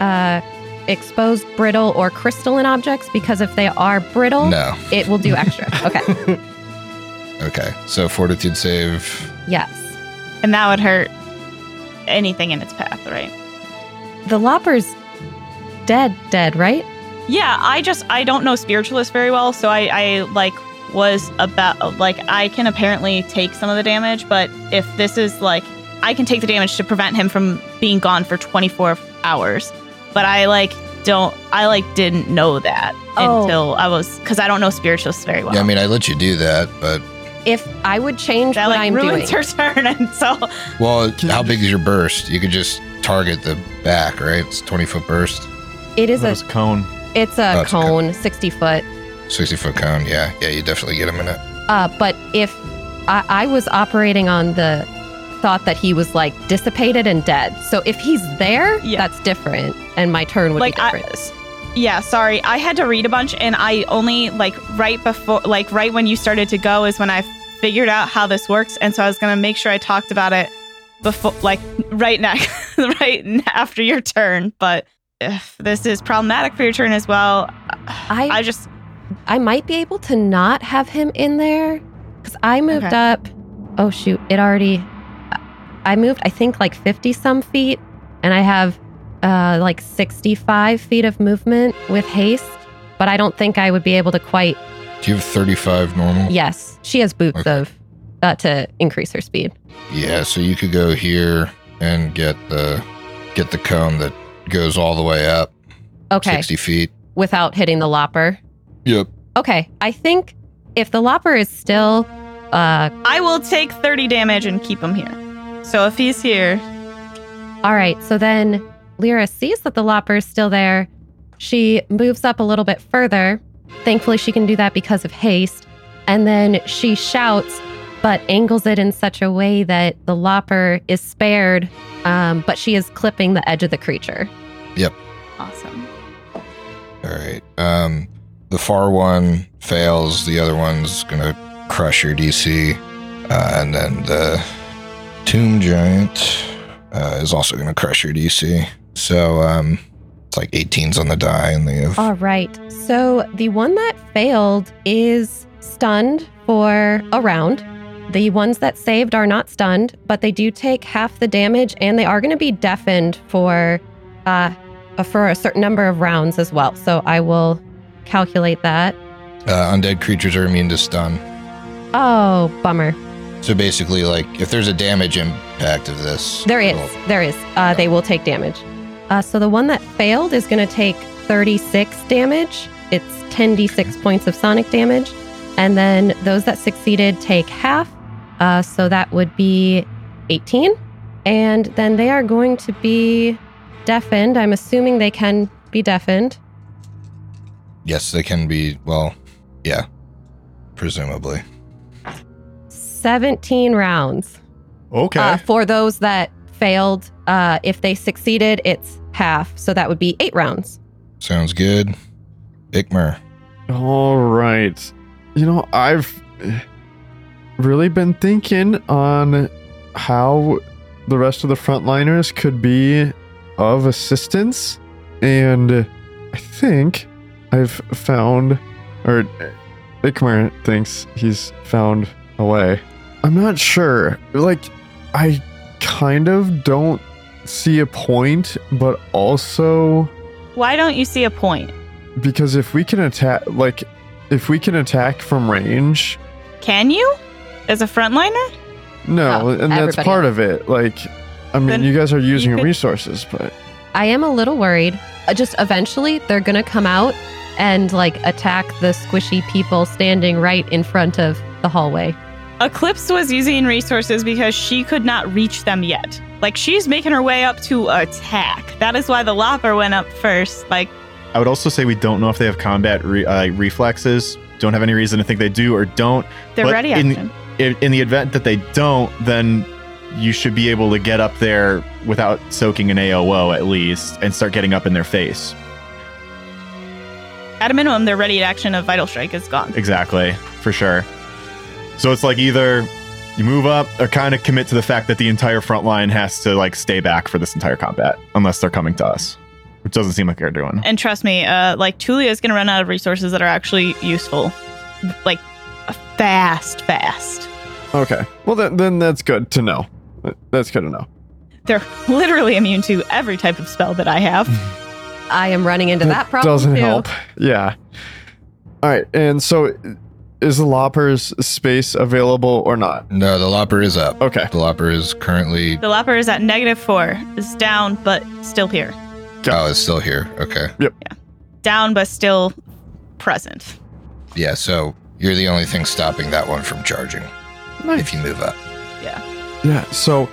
Speaker 1: uh, exposed, brittle, or crystalline objects because if they are brittle,
Speaker 4: No.
Speaker 1: it will do extra. Okay.
Speaker 4: Okay, so fortitude save.
Speaker 1: yes.
Speaker 6: And that would hurt anything in its path, right?
Speaker 1: The Lopper's dead, dead, right?
Speaker 6: Yeah, I just I don't know spiritualist very well, so I I like was about like I can apparently take some of the damage, but if this is like I can take the damage to prevent him from being gone for 24 hours, but I like don't I like didn't know that
Speaker 1: Oh.
Speaker 6: until I was because I don't know spiritualists very well.
Speaker 4: Yeah, I mean, I let you do that, but
Speaker 1: If I would change
Speaker 6: that
Speaker 1: what
Speaker 6: like
Speaker 1: I'm
Speaker 6: ruins
Speaker 1: doing,
Speaker 6: her turn, and so
Speaker 4: well, how big is your burst? You could just target the back, right? It's twenty foot burst,
Speaker 1: it is
Speaker 5: That
Speaker 1: a
Speaker 5: was a cone.
Speaker 1: it's
Speaker 4: Oh,
Speaker 1: a
Speaker 4: it's a
Speaker 1: cone, 60 foot.
Speaker 4: sixty foot cone. Yeah, yeah, you definitely get a minute.
Speaker 1: Uh, but if I, I was operating on the thought that he was like dissipated and dead, so if he's there,
Speaker 6: Yeah.
Speaker 1: that's different, and my turn would
Speaker 6: like
Speaker 1: be different.
Speaker 6: I, s- yeah sorry i had to read a bunch and i only like right before like right when you started to go is when i figured out how this works and so i was gonna make sure i talked about it before like right now right n- after your turn but if this is problematic for your turn as well
Speaker 1: I-
Speaker 6: i just
Speaker 1: I might be able to not have him in there because I moved
Speaker 6: Okay.
Speaker 1: up. Oh shoot! It already. I moved. I think like fifty some feet, and I have uh, like sixty five feet of movement with haste. But I don't think I would be able to quite.
Speaker 4: Do you have thirty five normal?
Speaker 1: Yes, she has boots
Speaker 4: Okay.
Speaker 1: of uh, to increase her speed.
Speaker 4: Yeah, so you could go here and get the get the cone that goes all the way up
Speaker 1: Okay,
Speaker 4: sixty feet.
Speaker 1: without hitting the lopper.
Speaker 4: Yep.
Speaker 1: Okay, I think if the lopper is still, uh,
Speaker 6: i will take 30 damage and keep him here so if he's here
Speaker 1: All right, so then Lyra sees that the lopper is still there. She moves up a little bit further. Thankfully, she can do that because of haste. And then she shouts, but angles it in such a way that the lopper is spared, um, but she is clipping the edge of the creature.
Speaker 6: Awesome.
Speaker 4: All right. Um, the far one fails. The other one's gonna crush your DC, uh, and then the tomb giant uh, is also gonna crush your DC. So um, it's like 18s on the die, and they have
Speaker 1: All right. So the one that failed is stunned for a round. The ones that saved are not stunned, but they do take half the damage, and they are going to be deafened for uh, uh, for a certain number of rounds as well. So I will calculate that.
Speaker 4: uh, undead creatures are immune to stun.
Speaker 1: Oh, bummer.
Speaker 4: So basically, like if there's a damage impact of this,
Speaker 1: There is.
Speaker 4: it'll-
Speaker 1: There is. Uh, they will take damage. Uh, so the one that failed is going to take 36 damage. It's 10d6 points of sonic damage. And then those that succeeded take half. Uh, so that would be 18. And then they are going to be deafened. I'm assuming they can be deafened.
Speaker 4: Yes, they can be. Well, yeah, presumably.
Speaker 1: 17 rounds.
Speaker 5: Okay.
Speaker 1: Uh, for those that failed, uh, if they succeeded, it's half. So that would be eight rounds.
Speaker 4: Sounds good. Ikmer.
Speaker 2: All right. You know, I've really been thinking on how the rest of the frontliners could be of assistance. And I think I've found, or Ikmer thinks he's found a way. I'm not sure. Like, I kind of don't see a point, but also
Speaker 6: Why don't you see a point?
Speaker 2: because if we can attack like if we can attack from range
Speaker 6: Can you? As a frontliner?
Speaker 2: no
Speaker 1: Oh,
Speaker 2: and that's
Speaker 1: everybody
Speaker 2: part of it like i mean
Speaker 6: Then
Speaker 2: you guys are using
Speaker 6: could-
Speaker 2: resources but
Speaker 1: I am a little worried. Uh, Just eventually, they're gonna come out and like attack the squishy people standing right in front of the hallway.
Speaker 6: Eclipse was using resources because she could not reach them yet. Like she's making her way up to attack. That is why the lopper went up first. Like
Speaker 5: I would also say we don't know if they have combat re- uh, reflexes. Don't have any reason to think they do or don't.
Speaker 6: they're
Speaker 5: But
Speaker 6: ready
Speaker 5: in-
Speaker 6: action.
Speaker 5: In, in the event that they don't, then you should be able to get up there without soaking an AOO at least and start getting up in their face.
Speaker 6: At a minimum, their ready action of vital strike is gone.
Speaker 5: Exactly, for sure. So it's like either you move up or kind of commit to the fact that the entire front line has to like stay back for this entire combat unless they're coming to us, which doesn't seem like they're doing.
Speaker 6: And trust me, uh, like Tulia is gonna run out of resources that are actually useful. Like fast, fast.
Speaker 2: okay well then, then that's good to know that's good to know
Speaker 6: They're literally immune to every type of spell that I have.
Speaker 1: I am running into that, problem
Speaker 2: doesn't
Speaker 1: too.
Speaker 2: help yeah all right and so is the lopper's space available or not
Speaker 4: No, the lopper is up.
Speaker 2: okay
Speaker 4: The lopper is currently.
Speaker 6: The lopper is at negative four. Is down, but still here.
Speaker 4: Oh, it's still here. Okay.
Speaker 6: Down, but still present.
Speaker 4: Yeah. So you're the only thing stopping that one from charging. If you move up.
Speaker 2: Yeah, so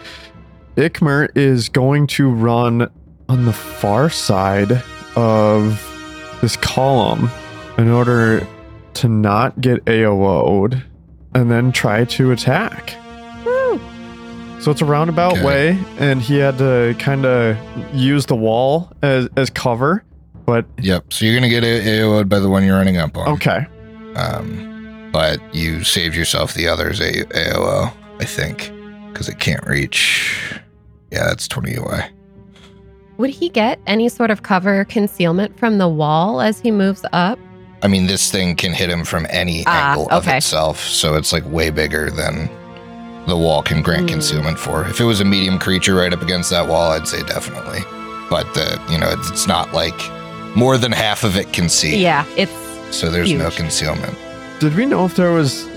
Speaker 2: Ikmer is going to run on the far side of this column in order to not get AOO'd and then try to attack. So it's a roundabout
Speaker 4: Okay.
Speaker 2: way, and he had to kind of use the wall as, as cover. But
Speaker 4: Yep. So you're gonna get AO'd by the one you're running up on.
Speaker 2: okay,
Speaker 4: Um, but you saved yourself the other's A- AOO, I think, because it can't reach. Yeah, that's 20 away.
Speaker 1: Would he get any sort of cover concealment from the wall as he moves up?
Speaker 4: I mean, this thing can hit him from any
Speaker 1: Ah,
Speaker 4: angle of
Speaker 1: okay.
Speaker 4: itself, so it's like way bigger than the wall can grant
Speaker 1: Hmm.
Speaker 4: concealment for. If it was a medium creature right up against that wall, I'd say definitely. But the you know, it's it's not like more than half of it can see.
Speaker 1: Yeah, it's
Speaker 4: So there's no
Speaker 1: Huge.
Speaker 4: concealment.
Speaker 2: did we know if there was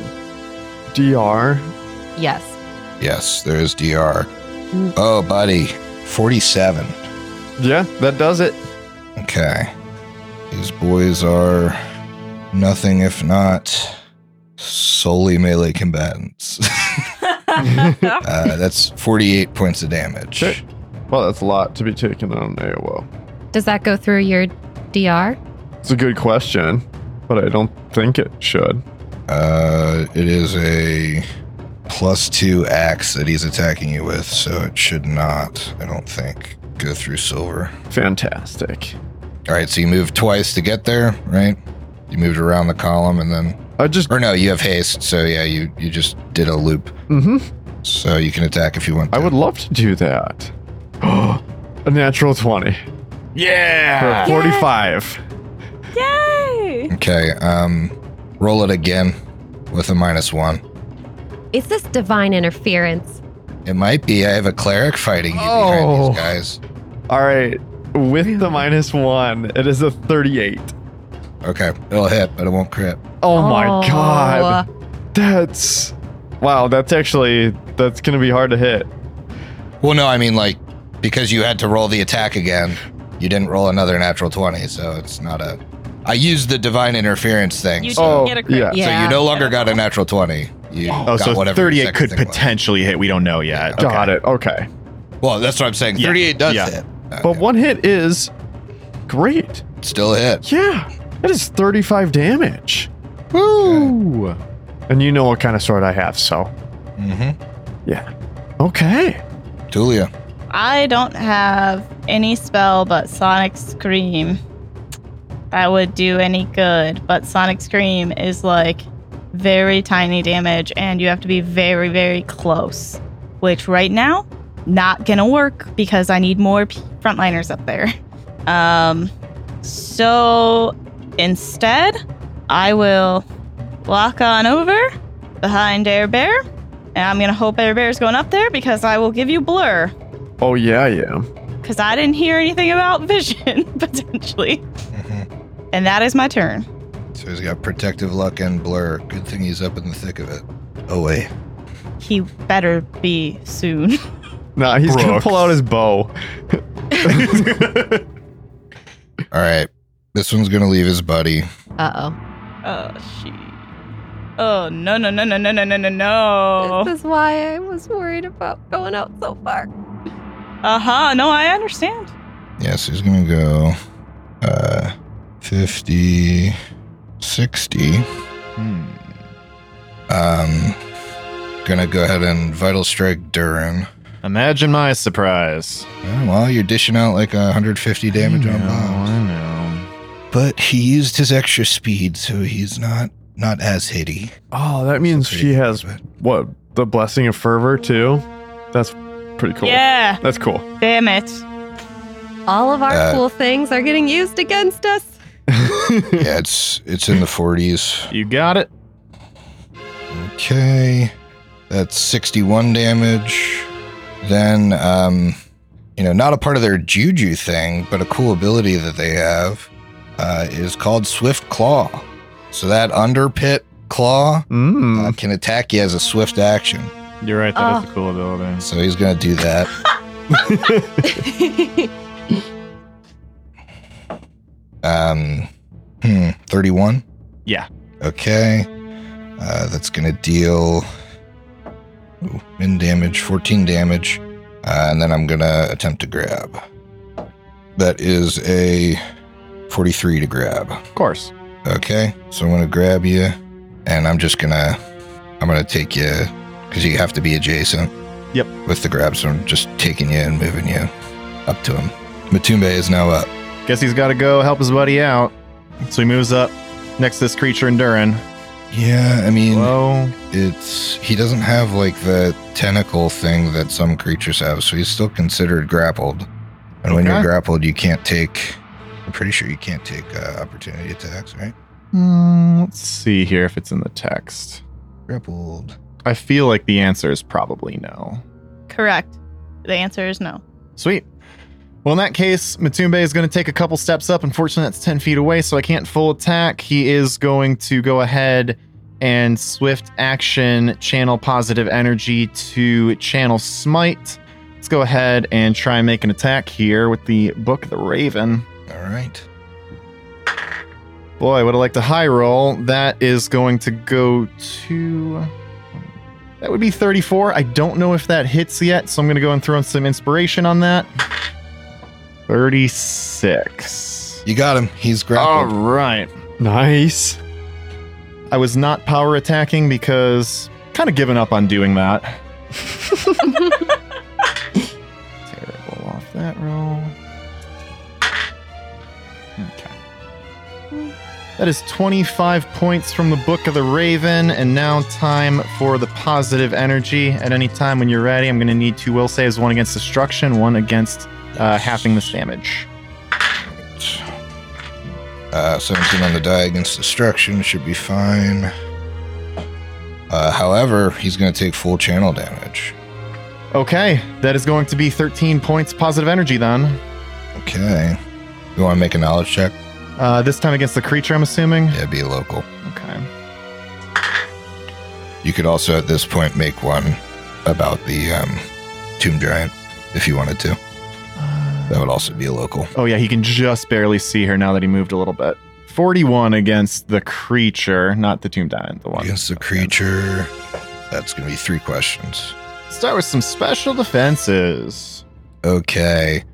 Speaker 2: DR?
Speaker 1: yes.
Speaker 4: Yes, there is DR.
Speaker 1: Hmm.
Speaker 4: Oh, buddy, 47.
Speaker 2: Yeah, that does it.
Speaker 4: Okay. These boys are nothing if not solely melee combatants. uh, that's 48 points of damage.
Speaker 2: Sure. Well, that's a lot to be taken on AOO.
Speaker 1: Does that go through your DR?
Speaker 2: It's a good question, but I don't think it should.
Speaker 4: Uh, it is a plus two axe that he's attacking you with, so it should not, I don't think, go through silver.
Speaker 2: Fantastic.
Speaker 4: All right, so you moved twice to get there, right? You moved around the column and then,
Speaker 2: I just.
Speaker 4: or no, you have haste, so yeah, you you just did a loop,
Speaker 2: hmm
Speaker 4: so you can attack if you want.
Speaker 2: I
Speaker 4: to.
Speaker 2: would love to do that. A natural 20 for
Speaker 5: Yeah.
Speaker 2: 45.
Speaker 6: Yay!
Speaker 4: Okay, um, roll it again with a minus one.
Speaker 1: Is this divine interference?
Speaker 4: It might be. I have a cleric fighting you
Speaker 2: Oh.
Speaker 4: behind these guys.
Speaker 2: All right. With the minus one, it is a 38.
Speaker 4: Okay, it'll hit, but it won't crit.
Speaker 2: Oh my
Speaker 1: Oh.
Speaker 2: god. That's wow, that's actually that's gonna be hard to hit.
Speaker 4: Well, no, I mean like because you had to roll the attack again. You didn't roll another natural twenty, so it's not a. I used the divine interference thing,
Speaker 6: You
Speaker 4: so,
Speaker 2: Oh,
Speaker 6: didn't get a crit.
Speaker 2: yeah.
Speaker 4: so you no longer got a natural twenty. You
Speaker 5: Oh,
Speaker 4: got
Speaker 5: so
Speaker 4: whatever your
Speaker 5: 38
Speaker 4: second
Speaker 5: could
Speaker 4: thing was.
Speaker 5: potentially hit. We don't know yet. Okay.
Speaker 2: Got it. Okay.
Speaker 4: Well, that's what I'm saying.
Speaker 5: Yeah,
Speaker 4: Thirty-eight does
Speaker 5: yeah.
Speaker 4: hit,
Speaker 2: But one hit is great.
Speaker 4: still a hit.
Speaker 2: Yeah. That is 35 damage. Woo! And you know what kind of sword I have, so
Speaker 4: Mm-hmm.
Speaker 2: yeah. Okay.
Speaker 4: Tulia,
Speaker 6: I don't have any spell but Sonic Scream that would do any good, but Sonic Scream is like very tiny damage and you have to be very, very close, which right now, not gonna work because I need more p- frontliners up there. Um, so instead, I will walk on over behind Air Bear. And I'm gonna hope Air Bear's going up there because I will give you blur
Speaker 2: Oh yeah, yeah.
Speaker 6: because I didn't hear anything about vision potentially.
Speaker 5: Mm-hmm.
Speaker 6: And that is my turn.
Speaker 4: so he's got protective luck and blur. Good thing he's up in the thick of it. Oh wait,
Speaker 6: He better be soon.
Speaker 2: Nah, he's gonna
Speaker 5: Brooks.
Speaker 2: pull out his bow.
Speaker 4: all right. This one's gonna leave his buddy.
Speaker 1: Uh oh.
Speaker 6: Oh she. Oh no no no no no no no no no.
Speaker 1: This is why I was worried about going out so far.
Speaker 6: Uh huh. No, I understand.
Speaker 4: Yeah, so he's gonna go uh 50 60.
Speaker 5: Hmm.
Speaker 4: Um gonna go ahead and vital strike Durin.
Speaker 5: Imagine my surprise.
Speaker 4: Yeah, well, you're dishing out like 150 damage
Speaker 5: I
Speaker 4: on
Speaker 5: know,
Speaker 4: bombs.
Speaker 5: Oh, I know.
Speaker 4: But he used his extra speed, so he's not not as hitty.
Speaker 2: Oh, that means she has what? The blessing of fervor too? That's pretty cool.
Speaker 6: Yeah.
Speaker 2: That's cool.
Speaker 6: Damn it.
Speaker 1: All of our
Speaker 4: Uh,
Speaker 1: cool things are getting used against us.
Speaker 4: yeah, it's it's in the 40s.
Speaker 5: You got it.
Speaker 4: Okay. That's 61 damage. Then um you know, not a part of their juju thing, but a cool ability that they have uh, is called Swift Claw. So that underpit claw uh,
Speaker 2: Mm.
Speaker 4: can attack you as a swift action.
Speaker 5: You're right. That
Speaker 1: Oh.
Speaker 5: is a cool ability.
Speaker 4: So he's going to do that. Um, hmm, 31?
Speaker 5: Yeah.
Speaker 4: Okay. Uh, that's going to deal ooh, min damage, 14 damage. Uh, and then I'm going to attempt to grab. That is a 43 to grab.
Speaker 5: Of course.
Speaker 4: Okay, so I'm gonna grab you, and I'm just gonna, I'm gonna take you because you have to be adjacent.
Speaker 5: Yep.
Speaker 4: With the grab, so I'm just taking you and moving you up to him. Matumbe is now up.
Speaker 5: Guess he's got to go help his buddy out. So he moves up next to this creature in Durin.
Speaker 4: Yeah, I mean,
Speaker 5: Hello.
Speaker 4: it's he doesn't have like the tentacle thing that some creatures have, so he's still considered grappled. And when you're
Speaker 5: Okay.
Speaker 4: grappled, you can't take. I'm pretty sure you can't take uh, opportunity attacks, right?
Speaker 5: Hmm, let's see here if it's in the text.
Speaker 4: Grappled.
Speaker 5: I feel like the answer is probably no.
Speaker 6: Correct. The answer is no.
Speaker 5: Sweet. Well, in that case, Matumbe is going to take a couple steps up. Unfortunately, that's 10 feet away, so I can't full attack. He is going to go ahead and swift action channel positive energy to channel smite. Let's go ahead and try and make an attack here with the Book of the Raven.
Speaker 4: All right.
Speaker 5: Boy, I would have liked a high roll. That is going to go to. That would be 34. I don't know if that hits yet, so I'm going to go and throw in some inspiration on that. 36.
Speaker 4: You got him. He's
Speaker 5: All
Speaker 4: grappled.
Speaker 5: right.
Speaker 2: Nice.
Speaker 5: I was not power attacking because kind of given up on doing that.
Speaker 4: Terrible off that roll.
Speaker 5: Okay. That is 25 points from the Book of the Raven, and now time for the positive energy. At any time when you're ready, I'm going to need two will saves one against destruction, one against uh, halving this damage.
Speaker 4: Uh, 17 on the die against destruction should be fine. Uh, however, he's going to take full channel damage.
Speaker 5: Okay, that is going to be 13 points positive energy then.
Speaker 4: Okay. You want to make a knowledge check?
Speaker 5: Uh, this time against the creature, I'm assuming.
Speaker 4: Yeah, be local.
Speaker 5: Okay.
Speaker 4: You could also at this point make one about the um, tomb giant if you wanted to. That would also be a local.
Speaker 5: Oh yeah, he can just barely see her now that he moved a little bit. 41 against the creature, not the tomb giant, the one.
Speaker 4: Against the creature, that's going to be three questions.
Speaker 5: Start with some special defenses.
Speaker 4: Okay.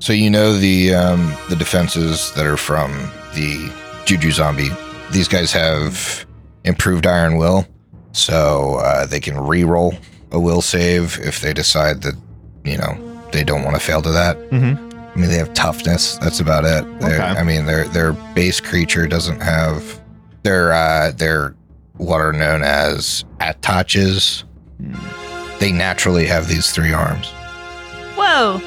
Speaker 4: So you know the um, the defenses that are from the Juju Zombie. These guys have improved Iron Will, so uh, they can re-roll a Will save if they decide that you know they don't want to fail to that.
Speaker 5: Mm-hmm.
Speaker 4: I mean, they have toughness. That's about it. They're-
Speaker 5: Okay.
Speaker 4: I mean, their their base creature doesn't have their uh, their what are known as attaches.
Speaker 5: Hmm.
Speaker 4: They naturally have these three arms.
Speaker 6: Whoa.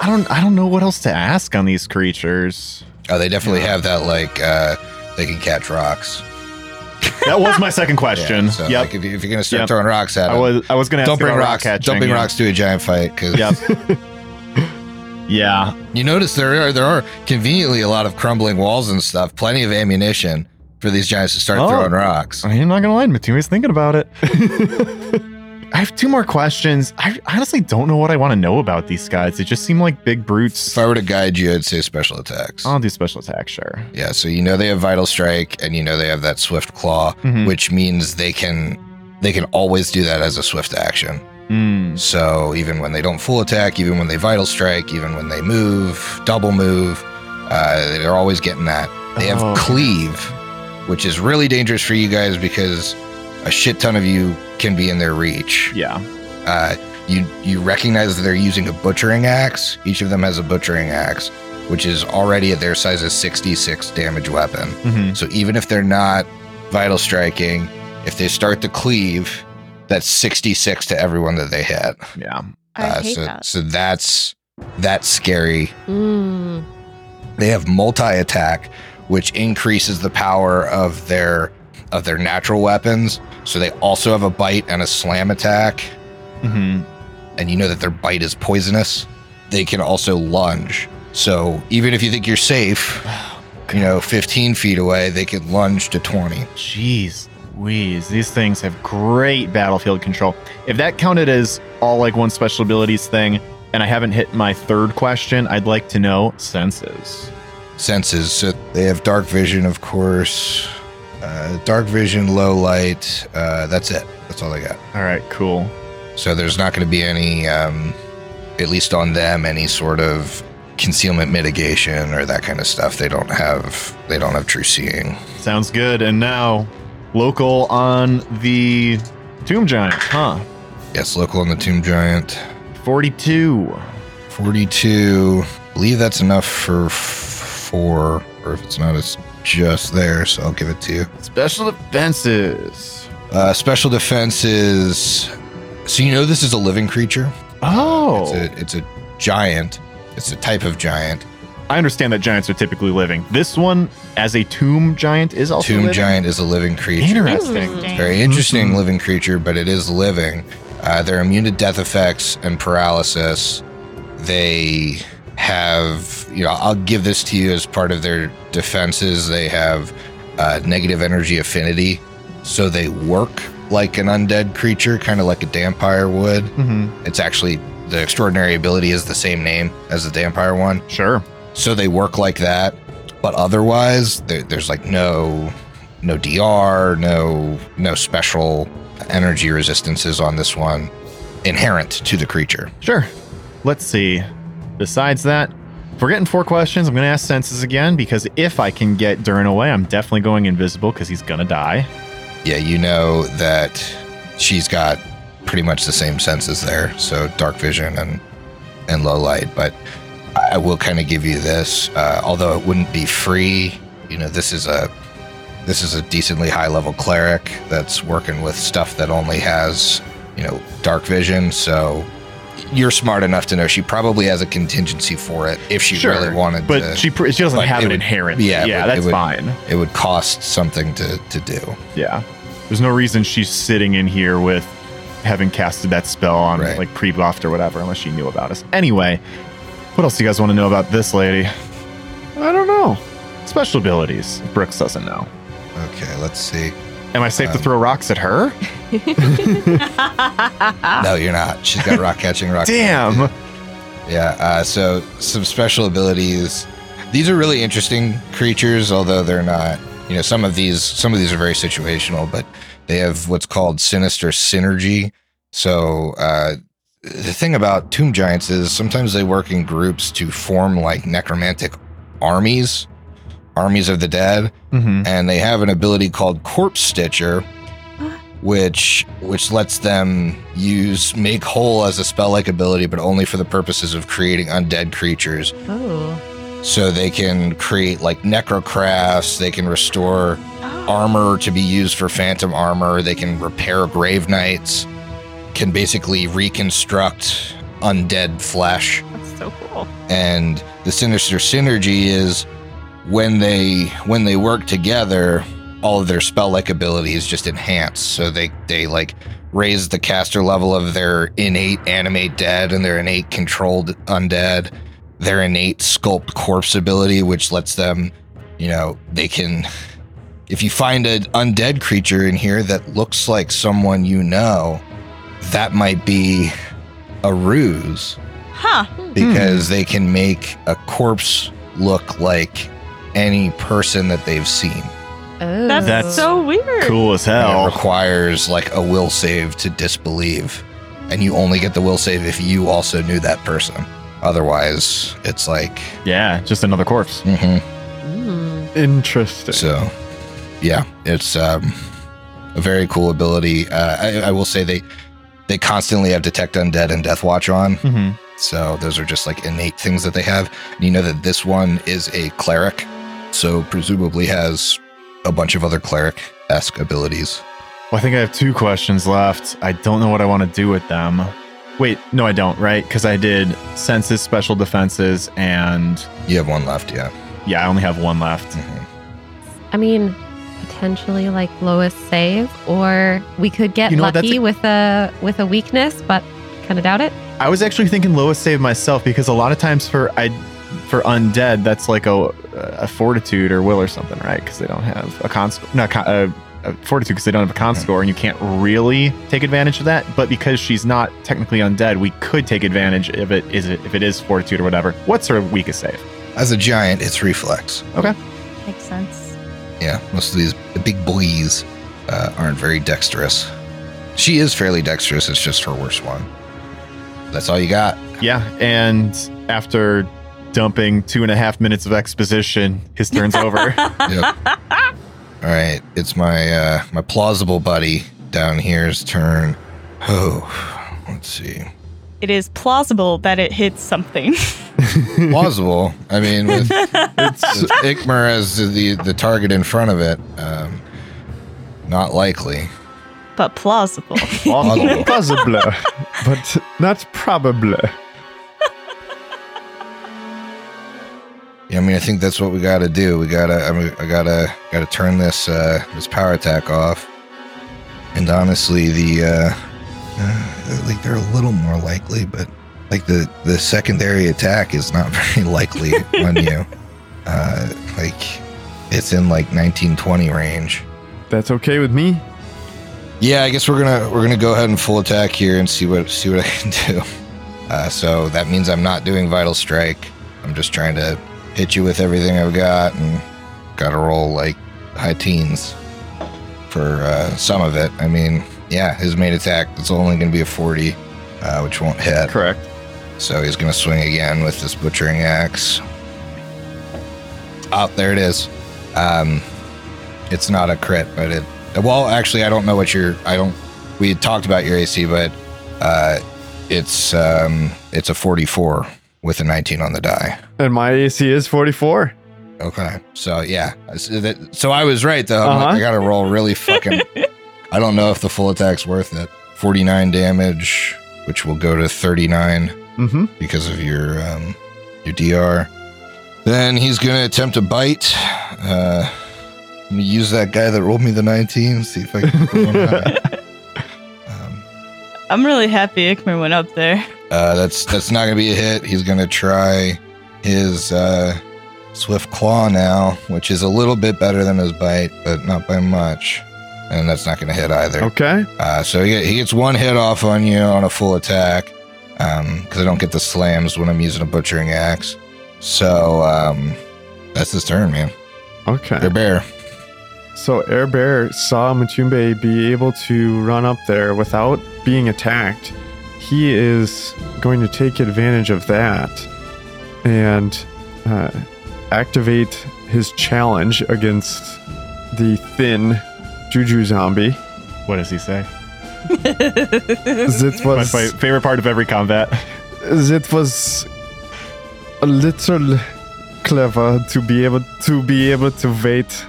Speaker 5: I don't I don't know what else to ask on these creatures.
Speaker 4: Oh, they definitely have that. Like uh, they can catch rocks.
Speaker 5: That was my second
Speaker 4: Yeah,
Speaker 5: question.
Speaker 4: so,
Speaker 5: yep.
Speaker 4: like, if, you, if you're gonna start
Speaker 5: Yep.
Speaker 4: throwing rocks at
Speaker 5: I
Speaker 4: them,
Speaker 5: was I was gonna ask
Speaker 4: don't bring
Speaker 5: about rock
Speaker 4: rocks.
Speaker 5: catching,
Speaker 4: don't bring
Speaker 5: yeah.
Speaker 4: rocks to a giant fight because
Speaker 5: Yep. yeah.
Speaker 4: you notice there are there are conveniently a lot of crumbling walls and stuff. Plenty of ammunition for these giants to start
Speaker 5: Oh.
Speaker 4: throwing rocks.
Speaker 5: I'm not gonna lie, Matumi's thinking about it. I have two more questions. I honestly don't know what I want to know about these guys. They just seem like big brutes.
Speaker 4: If I were to guide you, I'd say special attacks.
Speaker 5: I'll do special attack, sure.
Speaker 4: Yeah, so you know they have vital strike, and you know they have that swift claw,
Speaker 5: Mhm.
Speaker 4: which means they can they can always do that as a swift action.
Speaker 5: Mm.
Speaker 4: So even when they don't full attack, even when they vital strike, even when they move, double move, uh, they're always getting that. They have
Speaker 5: Oh.
Speaker 4: cleave, which is really dangerous for you guys because a shit ton of you can be in their reach.
Speaker 5: Yeah.
Speaker 4: Uh, you you recognize that they're using a butchering axe. Each of them has a butchering axe, which is already at their size a 66 damage weapon.
Speaker 5: hmm
Speaker 4: So even if they're not vital striking, if they start to cleave, that's 66 to everyone that they hit.
Speaker 5: Yeah.
Speaker 6: I
Speaker 4: Uh,
Speaker 6: hate
Speaker 4: so,
Speaker 6: that.
Speaker 4: so that's that's scary.
Speaker 1: Mm.
Speaker 4: They have multi attack, which increases the power of their of their natural weapons. So they also have a bite and a slam attack,
Speaker 5: hmm
Speaker 4: and you know that their bite is poisonous. They can also lunge. So even if you think you're safe,
Speaker 6: Oh,
Speaker 4: you know, 15 feet away, they could lunge to 20.
Speaker 5: Jeez Louise, these things have great battlefield control. If that counted as all like one special abilities thing, and I haven't hit my third question, I'd like to know senses.
Speaker 4: senses. So they have dark vision, of course. Uh, dark vision, low light. Uh, that's it. That's all they got.
Speaker 5: All right, cool.
Speaker 4: So there's not going to be any, um, at least on them, any sort of concealment mitigation or that kind of stuff. They don't have. They don't have true seeing.
Speaker 5: Sounds good. And now, local on the tomb giant, huh?
Speaker 4: Yes, local on the tomb giant.
Speaker 5: 42.
Speaker 4: Forty-two. I believe that's enough for f- four. Or if it's not, it's just there. So I'll give it to you.
Speaker 5: Special defenses.
Speaker 4: Uh, special defense is. So you know this is a living creature. It's
Speaker 5: Oh, I
Speaker 4: a, it's a giant. It's a type of giant.
Speaker 5: understand that giants are typically living. This one, as a tomb giant, is also
Speaker 4: Tomb
Speaker 5: living?
Speaker 4: giant is a living creature.
Speaker 5: Interesting.
Speaker 4: Very interesting living creature, but it is living. Uh, they're immune to death effects and paralysis. They have, you know, I'll give this to you as part of their defenses. They have uh, negative energy affinity, so they work like an undead creature, kind of like a vampire would.
Speaker 5: Mm-hmm.
Speaker 4: It's actually the extraordinary ability is the same name as the vampire one.
Speaker 5: Sure.
Speaker 4: so they work like that but otherwise there, there's like no no dr no no special energy resistances on this one inherent to the creature
Speaker 5: Sure. Let's see. Besides that, if we're getting four questions, I'm going to ask Senses again because if I can get Durin away, I'm definitely going invisible because he's going to die.
Speaker 4: yeah you know that she's got pretty much the same senses there, so dark vision and and low light. But I I will kind of give you this, uh, although it wouldn't be free. You know, this is a this is a decently high level cleric that's working with stuff that only has you know dark vision. So you're smart enough to know she probably has a contingency for it if she really wanted
Speaker 5: but
Speaker 4: to.
Speaker 5: she pr- she doesn't
Speaker 4: but
Speaker 5: have
Speaker 4: it
Speaker 5: it,
Speaker 4: would-
Speaker 5: inherent.
Speaker 4: yeah,
Speaker 5: Yeah,
Speaker 4: it
Speaker 5: yeah,
Speaker 4: would- it
Speaker 5: that's
Speaker 4: would-
Speaker 5: fine.
Speaker 4: it would cost something to to do.
Speaker 5: Yeah, there's no reason she's sitting in here with having casted that spell on
Speaker 4: Right.
Speaker 5: like pre-buffed or whatever, unless she knew about us. Anyway, what else do you guys want to know about this lady?
Speaker 2: I don't know.
Speaker 5: Special abilities. Brooks doesn't know.
Speaker 4: Okay, let's see.
Speaker 5: Am I safe to
Speaker 4: Um,
Speaker 5: throw rocks at her?
Speaker 4: No, you're not. She's got rock catching, rock.
Speaker 5: Damn.
Speaker 4: Yeah. Uh, so some special abilities. These are really interesting creatures, although they're not. You know, some of these some of these are very situational, but they have what's called sinister synergy. So uh, the thing about tomb giants is sometimes they work in groups to form like necromantic armies, armies of the dead,
Speaker 5: Mm-hmm.
Speaker 4: and they have an ability called corpse stitcher which which lets them use make whole as a spell like ability but only for the purposes of creating undead creatures
Speaker 1: Oh.
Speaker 4: so they can create like necrocrafts they can restore
Speaker 6: Oh,
Speaker 4: armor to be used for phantom armor they can repair grave knights can basically reconstruct undead flesh
Speaker 6: That's so cool.
Speaker 4: and the sinister synergy is when they when they work together all of their spell like abilities just enhance so they they like raise the caster level of their innate animate dead and their innate controlled undead their innate sculpt corpse ability which lets them you know they can if you find an undead creature in here that looks like someone you know that might be a ruse
Speaker 6: Huh.
Speaker 4: because they can make a corpse look like any person that they've seen.
Speaker 1: Oh.
Speaker 6: That's,
Speaker 5: That's
Speaker 6: so weird.
Speaker 5: Cool as
Speaker 4: And It
Speaker 5: hell.
Speaker 4: requires like a will save to disbelieve, and you only get the will save if you also knew that person. Otherwise, it's like
Speaker 5: Yeah, just another corpse.
Speaker 4: mhm.
Speaker 1: Mm.
Speaker 2: Interesting.
Speaker 4: so. Yeah, it's um, a very cool ability. Uh, I, I will say they they constantly have detect undead and death watch on.
Speaker 5: Mm-hmm.
Speaker 4: So those are just like innate things that they have. And you know that this one is a cleric, so presumably has a bunch of other cleric esque abilities.
Speaker 5: Well, I think I have two questions left. I don't know what I want to do with them. Wait, no, I don't, right? Because I did senses, special defenses, and
Speaker 4: You have one left, yeah.
Speaker 5: yeah, I only have one left.
Speaker 4: Mhm.
Speaker 1: I mean, potentially like lowest save, or we could get
Speaker 5: You know what, that's
Speaker 1: lucky with a with a weakness, but kind of doubt it.
Speaker 5: I was actually thinking lowest save myself because a lot of times for I for undead, that's like a, a fortitude or will or something, right? Because they don't have a con score, not con, a, uh, a fortitude because they don't have a con score, and you can't really take advantage of that. But because she's not technically undead, we could take advantage if it is if it is fortitude or whatever. What's her weakest save?
Speaker 4: As a giant, it's reflex.
Speaker 6: Makes sense.
Speaker 4: Yeah, most of these big boys uh, aren't very dexterous. She is fairly dexterous. It's just her worst one. That's all you got.
Speaker 5: Yeah, and after dumping two and a half minutes of exposition, his turn's over.
Speaker 4: Yep. All right, it's my uh, my plausible buddy down here's turn. Oh, let's see.
Speaker 6: It is plausible that it hits something.
Speaker 4: plausible. I mean, with, with Ikmer as the the target in front of it, um, not likely.
Speaker 6: but plausible.
Speaker 5: Plausible.
Speaker 2: Possible, but not probable.
Speaker 4: Yeah, I mean, I think that's what we got to do. We gotta, I, mean, I gotta, gotta turn this uh, this power attack off. And honestly, the uh, uh, like they're a little more likely, but like the the secondary attack is not very likely on you. Uh, like it's in like 1920 range.
Speaker 2: That's okay with me.
Speaker 4: Yeah, I guess we're gonna we're gonna go ahead and full attack here and see what see what I can do. Uh, so that means I'm not doing vital strike. I'm just trying to hit you with everything I've got and got to roll like high teens for uh, some of it. I mean, yeah, his main attack it's only gonna be a 40, uh, which won't hit.
Speaker 5: Correct.
Speaker 4: So he's gonna swing again with this butchering axe. Oh, there it is. Um, it's not a crit, but it. Well, actually, I don't know what your. I don't. we had talked about your AC, but uh, it's um, it's a 44 with a 19 on the die.
Speaker 2: And my AC is 44.
Speaker 4: Okay, so yeah, so, that, so I was right though. I'm like,
Speaker 2: Uh-huh.
Speaker 4: I got to roll really fucking. I don't know if the full attack's worth it. 49 damage, which will go to 39
Speaker 2: Mm-hmm.
Speaker 4: because of your um, your DR. Then he's gonna attempt a bite. Uh, let me use that guy that rolled me the 19. See if I can. pull him out. um,
Speaker 6: I'm really happy Ikmer went up there.
Speaker 4: uh, that's that's not gonna be a hit. He's gonna try his uh, swift claw now, which is a little bit better than his bite, but not by much. And that's not gonna hit either.
Speaker 2: Okay.
Speaker 4: Uh, so he, he gets one hit off on you on a full attack because I don't get the slams when I'm using a butchering axe. So um, that's his turn, man.
Speaker 2: Okay.
Speaker 4: They're bear.
Speaker 2: So Air Bear saw Matumbe be able to run up there without being attacked. He is going to take advantage of that and uh, activate his challenge against the thin Juju zombie.
Speaker 5: What does he say?
Speaker 2: This
Speaker 5: My
Speaker 2: was
Speaker 5: fa- favorite part of every combat.
Speaker 2: that was a little clever to be able to be able to wait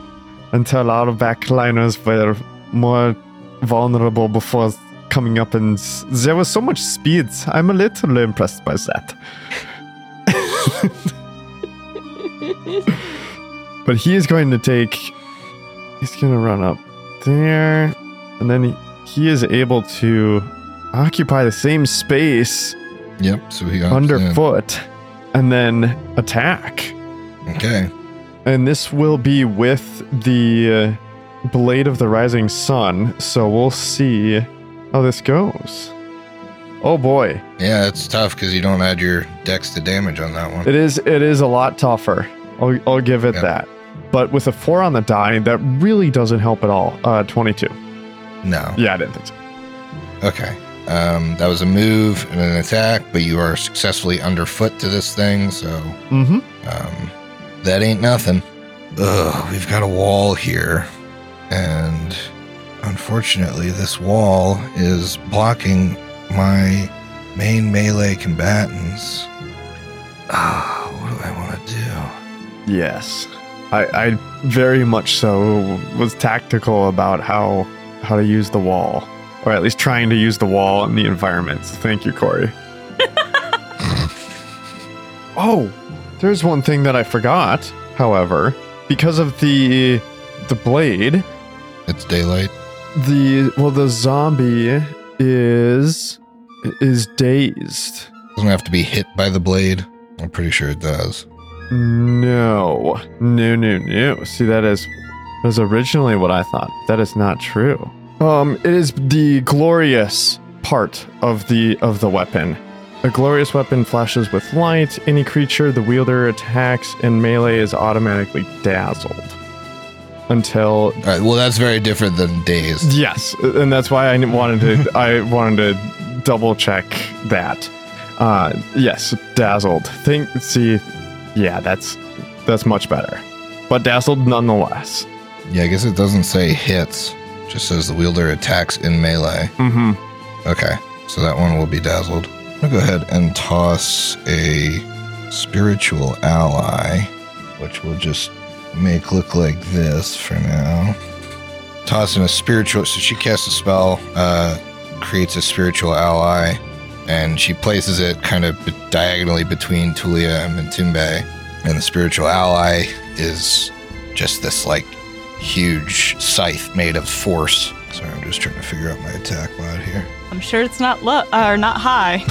Speaker 2: until our backliners were more vulnerable before coming up and s- there was so much speed i'm a little impressed by that but he is going to take he's going to run up there and then he, he is able to occupy the same space
Speaker 4: Yep. So he hops in.
Speaker 2: underfoot and then attack.
Speaker 4: Okay.
Speaker 2: And this will be with the uh, Blade of the Rising Sun. So we'll see how this goes. Oh boy,
Speaker 4: Yeah, it's tough because you don't add your dex to damage on that one.
Speaker 2: it is it is a lot tougher. I'll, I'll give it
Speaker 4: Yeah.
Speaker 2: that. But with a four on the die, that really doesn't help at all. Uh, twenty-two.
Speaker 4: No.
Speaker 2: Yeah, I didn't think so.
Speaker 4: Okay. Um, that was a move and an attack, but you are successfully underfoot to this thing, so
Speaker 2: Mm-hmm.
Speaker 4: um, that ain't nothing. Ugh, we've got a wall here, and unfortunately, this wall is blocking my main melee combatants. Ah, what do I want to do?
Speaker 2: Yes, I, I very much so was tactical about how how to use the wall, or at least trying to use the wall in the environment. So thank you, Corey. oh, there's one thing that I forgot. However, because of the the blade,
Speaker 4: It's daylight.
Speaker 2: the well, the zombie is is dazed.
Speaker 4: Doesn't have to be hit by the blade. I'm pretty sure it does.
Speaker 2: No, no, no, no. See, that is was originally what I thought. That is not true. Um, it is the glorious part of the of the weapon. A glorious weapon flashes with light. Any creature the wielder attacks in melee is automatically dazzled until
Speaker 4: All right, well, that's very different than dazed.
Speaker 2: Yes, and that's why I wanted to. I wanted to double check that. Uh, yes, dazzled. Think, see, yeah, that's that's much better. But dazzled nonetheless.
Speaker 4: Yeah, I guess it doesn't say hits. It just says the wielder attacks in melee.
Speaker 2: Mm-hmm.
Speaker 4: Okay, so that one will be dazzled. I'm gonna go ahead and toss a spiritual ally, which we'll just make look like this for now. Tossing a spiritual, so she casts a spell, uh, creates a spiritual ally, and she places it kind of be- diagonally between Tulia and Matumbe. And the spiritual ally is just this like huge scythe made of force. Sorry, I'm just trying to figure out my attack mod here.
Speaker 6: I'm sure it's not low or not high.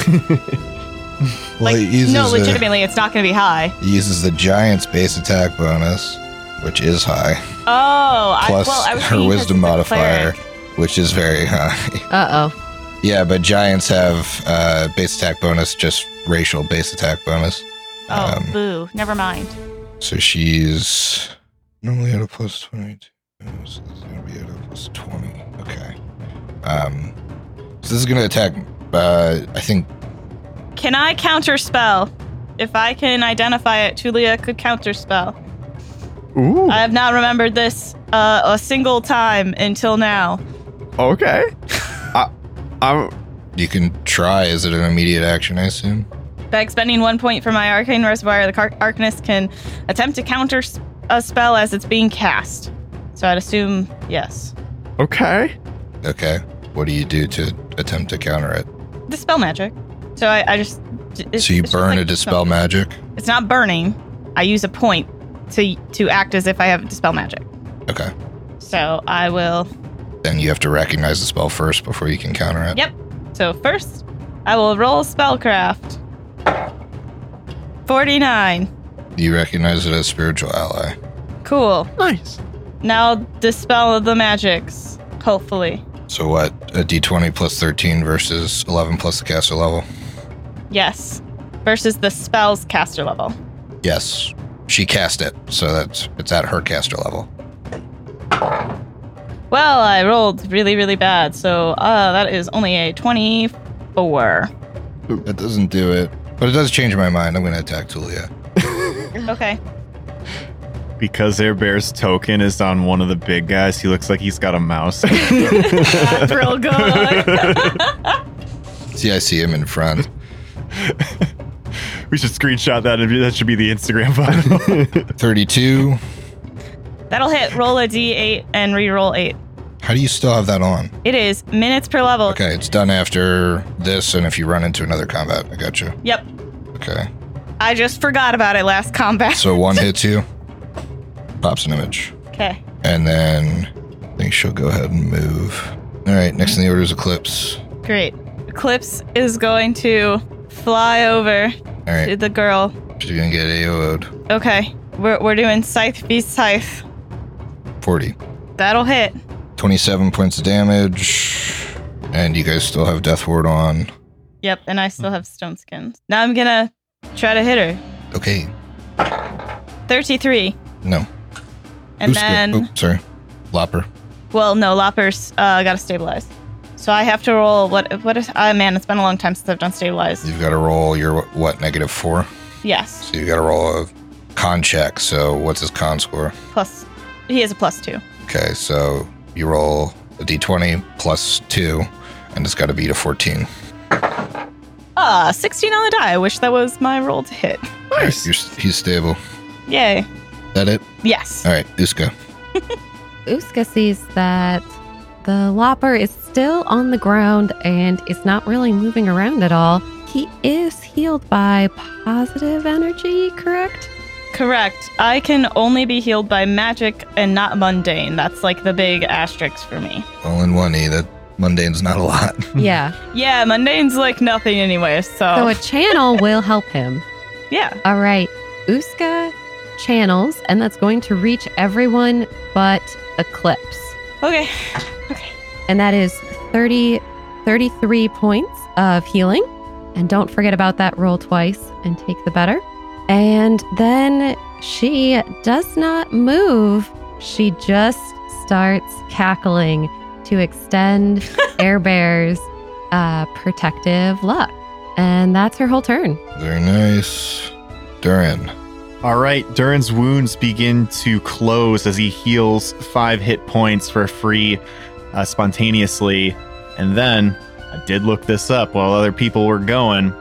Speaker 4: Well, it uses
Speaker 6: no,
Speaker 4: a-
Speaker 6: legitimately, it's not going to be high.
Speaker 4: it uses the giant's base attack bonus, which is high,
Speaker 6: Oh,
Speaker 4: plus
Speaker 6: I, well, I was
Speaker 4: her
Speaker 6: thinking 'cause
Speaker 4: wisdom
Speaker 6: it's a
Speaker 4: modifier,
Speaker 6: cleric.
Speaker 4: which is very high.
Speaker 1: Uh oh.
Speaker 4: yeah, but giants have uh, base attack bonus, just racial base attack bonus.
Speaker 6: Oh,
Speaker 4: Um,
Speaker 6: boo! Never mind.
Speaker 4: So she's normally at a plus 22. So this is going to be at a plus 20. Okay. Um, so this is going to attack, uh, I think,
Speaker 6: Can I counterspell? If I can identify it, Tulia could counterspell.
Speaker 2: Ooh.
Speaker 6: I have not remembered this uh, a single time until now.
Speaker 2: okay. I, I'm,
Speaker 4: You can try. Is it an immediate action? I assume.
Speaker 6: By expending one point from my arcane reservoir, the car- arcanist can attempt to counter s- a spell as it's being cast. So I'd assume yes.
Speaker 2: okay.
Speaker 4: Okay. What do you do to attempt to counter it?
Speaker 6: Dispel magic. So I, I just. it's-
Speaker 4: so you
Speaker 6: it's just
Speaker 4: burn
Speaker 6: like
Speaker 4: a dispel
Speaker 6: dispel-
Speaker 4: magic.
Speaker 6: It's not burning. I use a point to to act as if I have dispel magic.
Speaker 4: Okay.
Speaker 6: So I will.
Speaker 4: Then you have to recognize the spell first before you can counter it.
Speaker 6: Yep. So first, I will roll spellcraft. Forty-nine.
Speaker 4: You recognize it as spiritual ally.
Speaker 6: Cool.
Speaker 2: Nice.
Speaker 6: Now dispel the magics. Hopefully,
Speaker 4: So what? A d20 plus 13 versus 11 plus the caster level.
Speaker 6: yes. Versus the spell's caster level.
Speaker 4: Yes. She cast it, so that's it's at her caster level.
Speaker 6: Well, I rolled really, really bad. So uh, that is only a twenty-four.
Speaker 4: That doesn't do it, but it does change my mind. I'm gonna attack Tulia.
Speaker 6: Okay.
Speaker 5: Because Air Bear's token is on one of the big guys, he looks like he's got a mouse.
Speaker 6: That's real good.
Speaker 4: See, I see him in front.
Speaker 5: we should screenshot that. and That should be the Instagram photo.
Speaker 4: 32.
Speaker 6: That'll hit. Roll a d8 and re-roll eight.
Speaker 4: How do you still have that on?
Speaker 6: It is minutes per level.
Speaker 4: Okay, it's done after this, and if you run into another combat, I got you.
Speaker 6: Yep.
Speaker 4: Okay,
Speaker 6: I just forgot about it last combat.
Speaker 4: so one hits you, pops an image,
Speaker 6: okay.
Speaker 4: and then I think she'll go ahead and move. All right, next in the order is Eclipse.
Speaker 6: Great. Eclipse is going to fly over
Speaker 4: All
Speaker 6: to
Speaker 4: right,
Speaker 6: the girl.
Speaker 4: she's gonna get AO'd.
Speaker 6: Okay. We're, we're doing scythe v scythe.
Speaker 4: 40.
Speaker 6: That'll hit.
Speaker 4: 27 points of damage, and you guys still have Death Ward on.
Speaker 6: Yep. And I still have stone skins. Now I'm going to try to hit her.
Speaker 4: Okay,
Speaker 6: 33.
Speaker 4: no.
Speaker 6: And
Speaker 4: Uska-
Speaker 6: then,
Speaker 4: oh, sorry, Lopper.
Speaker 6: well, no, Lopper's uh, got to stabilize. So I have to roll what? What is? Ah, man, it's been a long time since I've done stabilize.
Speaker 4: You've got to roll your what negative four.
Speaker 6: Yes,
Speaker 4: So you got to roll a con check. So what's his con score?
Speaker 6: plus he has a plus two.
Speaker 4: Okay, so you roll a d20 plus two, and it's got to beat a 14.
Speaker 6: Ah, 16 on the die. I wish that was my roll to hit.
Speaker 4: Nice. he's stable.
Speaker 6: Yay.
Speaker 4: That it?
Speaker 6: Yes.
Speaker 4: All right, Uska.
Speaker 1: Uska sees that the lopper is still on the ground and is not really moving around at all. He is healed by positive energy, correct?
Speaker 6: Correct. I can only be healed by magic and not mundane. That's like the big asterisk for me.
Speaker 4: All in one e. That mundane's not a lot.
Speaker 1: Yeah.
Speaker 6: Yeah, mundane's like nothing anyway, so,
Speaker 5: Oh.
Speaker 1: So a channel will help him.
Speaker 6: yeah.
Speaker 1: All right. Uska channels, and that's going to reach everyone but Eclipse.
Speaker 6: Okay.
Speaker 1: and that is 30 33 points of healing and don't forget about that roll twice and take the better and then she does not move she just starts cackling to extend air bear's uh, protective luck and that's her whole turn
Speaker 4: Very nice. Durin.
Speaker 5: All right, Durin's wounds begin to close as he heals five hit points for free uh, spontaneously. And then I did look this up while other people were going.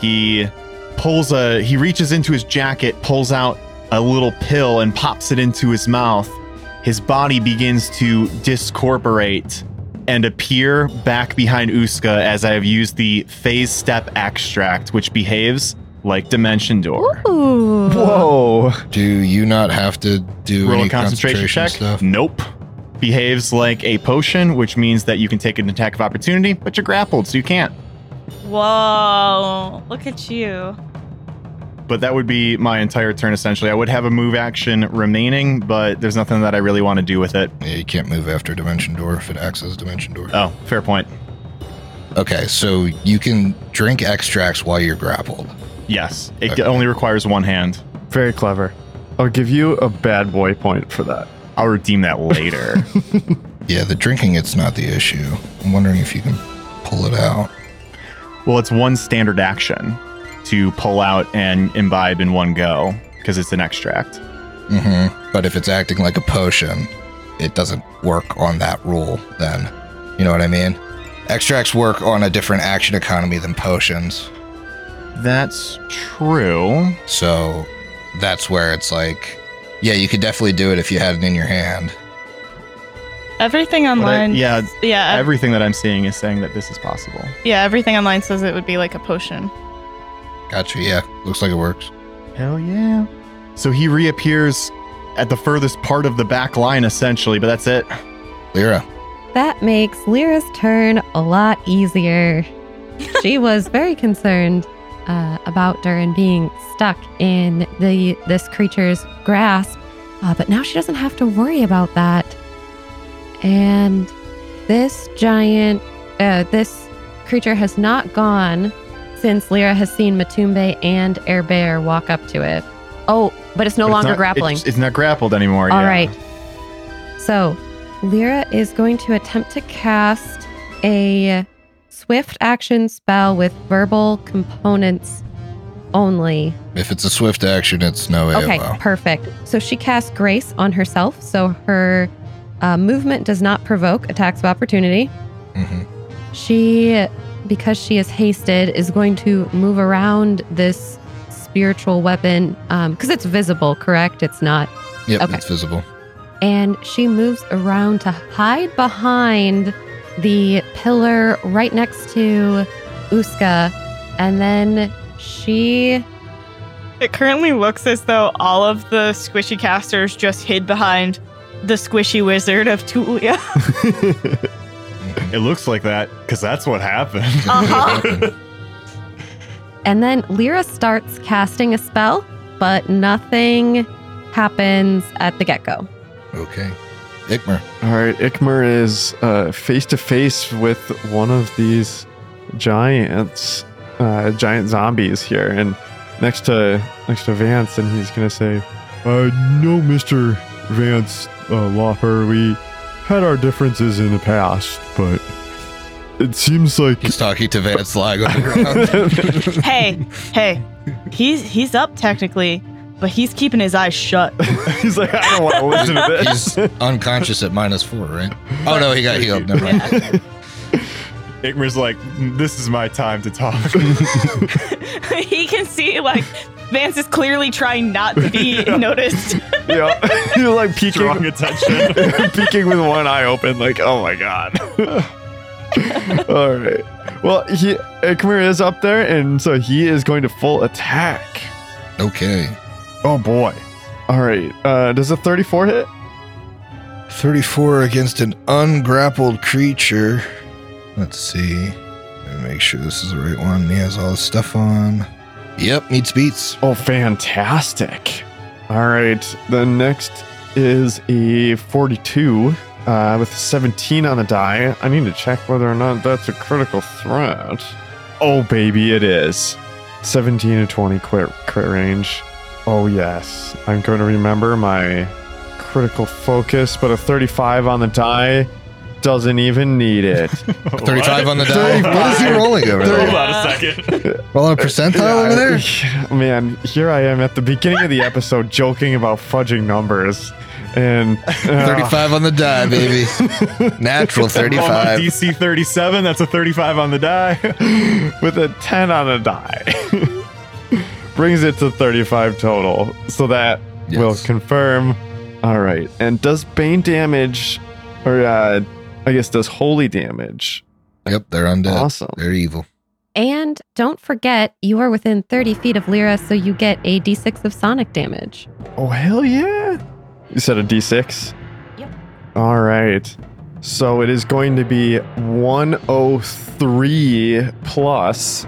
Speaker 5: He pulls a, he reaches into his jacket, pulls out a little pill, and pops it into his mouth. His body begins to discorporate and appear back behind Uska as I have used the phase step extract, which behaves like Dimension Door.
Speaker 1: Ooh.
Speaker 5: Whoa.
Speaker 4: Do you not have to do
Speaker 5: Roll
Speaker 4: any
Speaker 5: a concentration, check.
Speaker 4: stuff?
Speaker 5: Nope. Behaves like a potion, which means that you can take an attack of opportunity, but you're grappled, so you can't.
Speaker 6: Whoa. Look at you.
Speaker 5: But that would be my entire turn essentially. I would have a move action remaining, but there's nothing that I really want to do with it.
Speaker 4: Yeah, you can't move after Dimension Door if it acts as Dimension Door.
Speaker 5: Oh, fair point.
Speaker 4: Okay, so you can drink extracts while you're grappled.
Speaker 5: Yes. It
Speaker 4: Okay.
Speaker 5: only requires one hand.
Speaker 2: Very clever. I'll give you a bad boy point for that.
Speaker 5: I'll redeem that later.
Speaker 4: Yeah, the drinking it's not the issue. I'm wondering if you can pull it out.
Speaker 5: well, it's one standard action to pull out and imbibe in one go because it's an extract.
Speaker 4: hmm But if it's acting like a potion, it doesn't work on that rule. Then, you know what I mean? Extracts work on a different action economy than potions.
Speaker 5: That's
Speaker 4: Uh,
Speaker 5: true.
Speaker 4: So that's where it's like, yeah, you could definitely do it if you had it in your hand.
Speaker 6: Everything
Speaker 5: But I-
Speaker 6: online.
Speaker 5: yeah,
Speaker 6: Yeah. ev-
Speaker 5: everything that I'm seeing is saying that this is possible.
Speaker 6: yeah. Everything online says it would be like a potion.
Speaker 4: Gotcha. Yeah. Looks like it works.
Speaker 5: Hell yeah. So he reappears at the furthest part of the back line, essentially, but that's it.
Speaker 4: Lyra.
Speaker 1: That makes Lyra's turn a lot easier. she was very concerned uh, about Durin being stuck in the this creature's grasp, uh, but now she doesn't have to worry about that. And this giant, uh, this creature has not gone since Lyra has seen Matumbe and Air Bear walk up to it. Oh, but it's no
Speaker 5: But
Speaker 1: longer
Speaker 5: it's not- it's-
Speaker 1: grappling.
Speaker 5: It's, not grappled anymore.
Speaker 1: All
Speaker 5: yeah.
Speaker 1: right. So, Lyra is going to attempt to cast a swift action spell with verbal components only.
Speaker 4: If it's a swift action, it's no AOO.
Speaker 1: Okay, perfect. So she casts grace on herself, so her uh, movement does not provoke attacks of opportunity.
Speaker 4: hmm
Speaker 1: She, because she is hasted, is going to move around this spiritual weapon because it's visible, correct? It's not
Speaker 4: Yep,
Speaker 1: Okay.
Speaker 4: it's visible.
Speaker 1: and she moves around to hide behind the pillar right next to Uska. And then she,
Speaker 6: It currently looks as though all of the squishy casters just hid behind the squishy wizard of Tulia.
Speaker 5: It looks like that because that's what happened.
Speaker 6: Uh-huh.
Speaker 1: and then Lyra starts casting a spell, but nothing happens at the get go.
Speaker 4: okay. Ikmer.
Speaker 2: All right, Ikmer is uh, face to face with one of these giants, uh, giant zombies here, and next to next to Vance, and he's gonna say, uh, "No, Mister Vance uh, Lopper, we had our differences in the past, but it seems like
Speaker 4: He's talking to Vance lying on the ground.
Speaker 6: hey, hey, he's he's up technically, but he's keeping his eyes shut.
Speaker 5: He's like, I don't want to listen to
Speaker 4: He's
Speaker 5: this.
Speaker 4: unconscious at minus four, right? Oh no, he got healed. Never mind.
Speaker 5: Ikmer's like, "Mm, this is my time to talk.
Speaker 6: he can see like Vance is clearly trying not to be noticed.
Speaker 2: yeah, you're like
Speaker 5: Drawing
Speaker 2: peeking,
Speaker 5: attention.
Speaker 2: peeking with one eye open, like, oh my god. All right. Well, he Ikmer is up there, and so he is going to full attack.
Speaker 4: Okay.
Speaker 5: Oh boy.
Speaker 2: All right. Uh, does a 34 hit?
Speaker 4: 34 against an ungrappled creature. Let's see. Let me make sure this is the right one. He has all his stuff on. Yep, meets beats.
Speaker 2: Oh, fantastic. All right. The next is a 42 uh, with a 17 on the die. I need to check whether or not that's a critical threat. Oh, baby, it is. 17 to 20 crit, crit range. Oh, yes. I'm going to remember my critical focus, but a 35 on the die doesn't even need it.
Speaker 4: 35 on the die.
Speaker 2: Thirty-
Speaker 4: What is he rolling over
Speaker 5: Hold
Speaker 4: there?
Speaker 5: on a second.
Speaker 4: Rolling a percentile over there?
Speaker 2: Yeah, Man, here I am at the beginning of the episode joking about fudging numbers. And uh,
Speaker 4: 35 on the die, baby. Natural
Speaker 5: Well, on
Speaker 4: 35.
Speaker 5: DC 37, that's a 35 on the die.
Speaker 2: with a 10 on a die brings it to 35 total. So that will
Speaker 4: Yes.
Speaker 2: confirm. All right. And does Bane damage, or uh, I guess does holy damage?
Speaker 4: Yep, they're undead.
Speaker 2: Awesome.
Speaker 4: They're evil.
Speaker 1: And don't forget, you are within 30 feet of Lyra, so you get a d6 of sonic damage.
Speaker 2: Oh, hell yeah. You said a d6?
Speaker 1: Yep.
Speaker 2: All right. So it is going to be 103 plus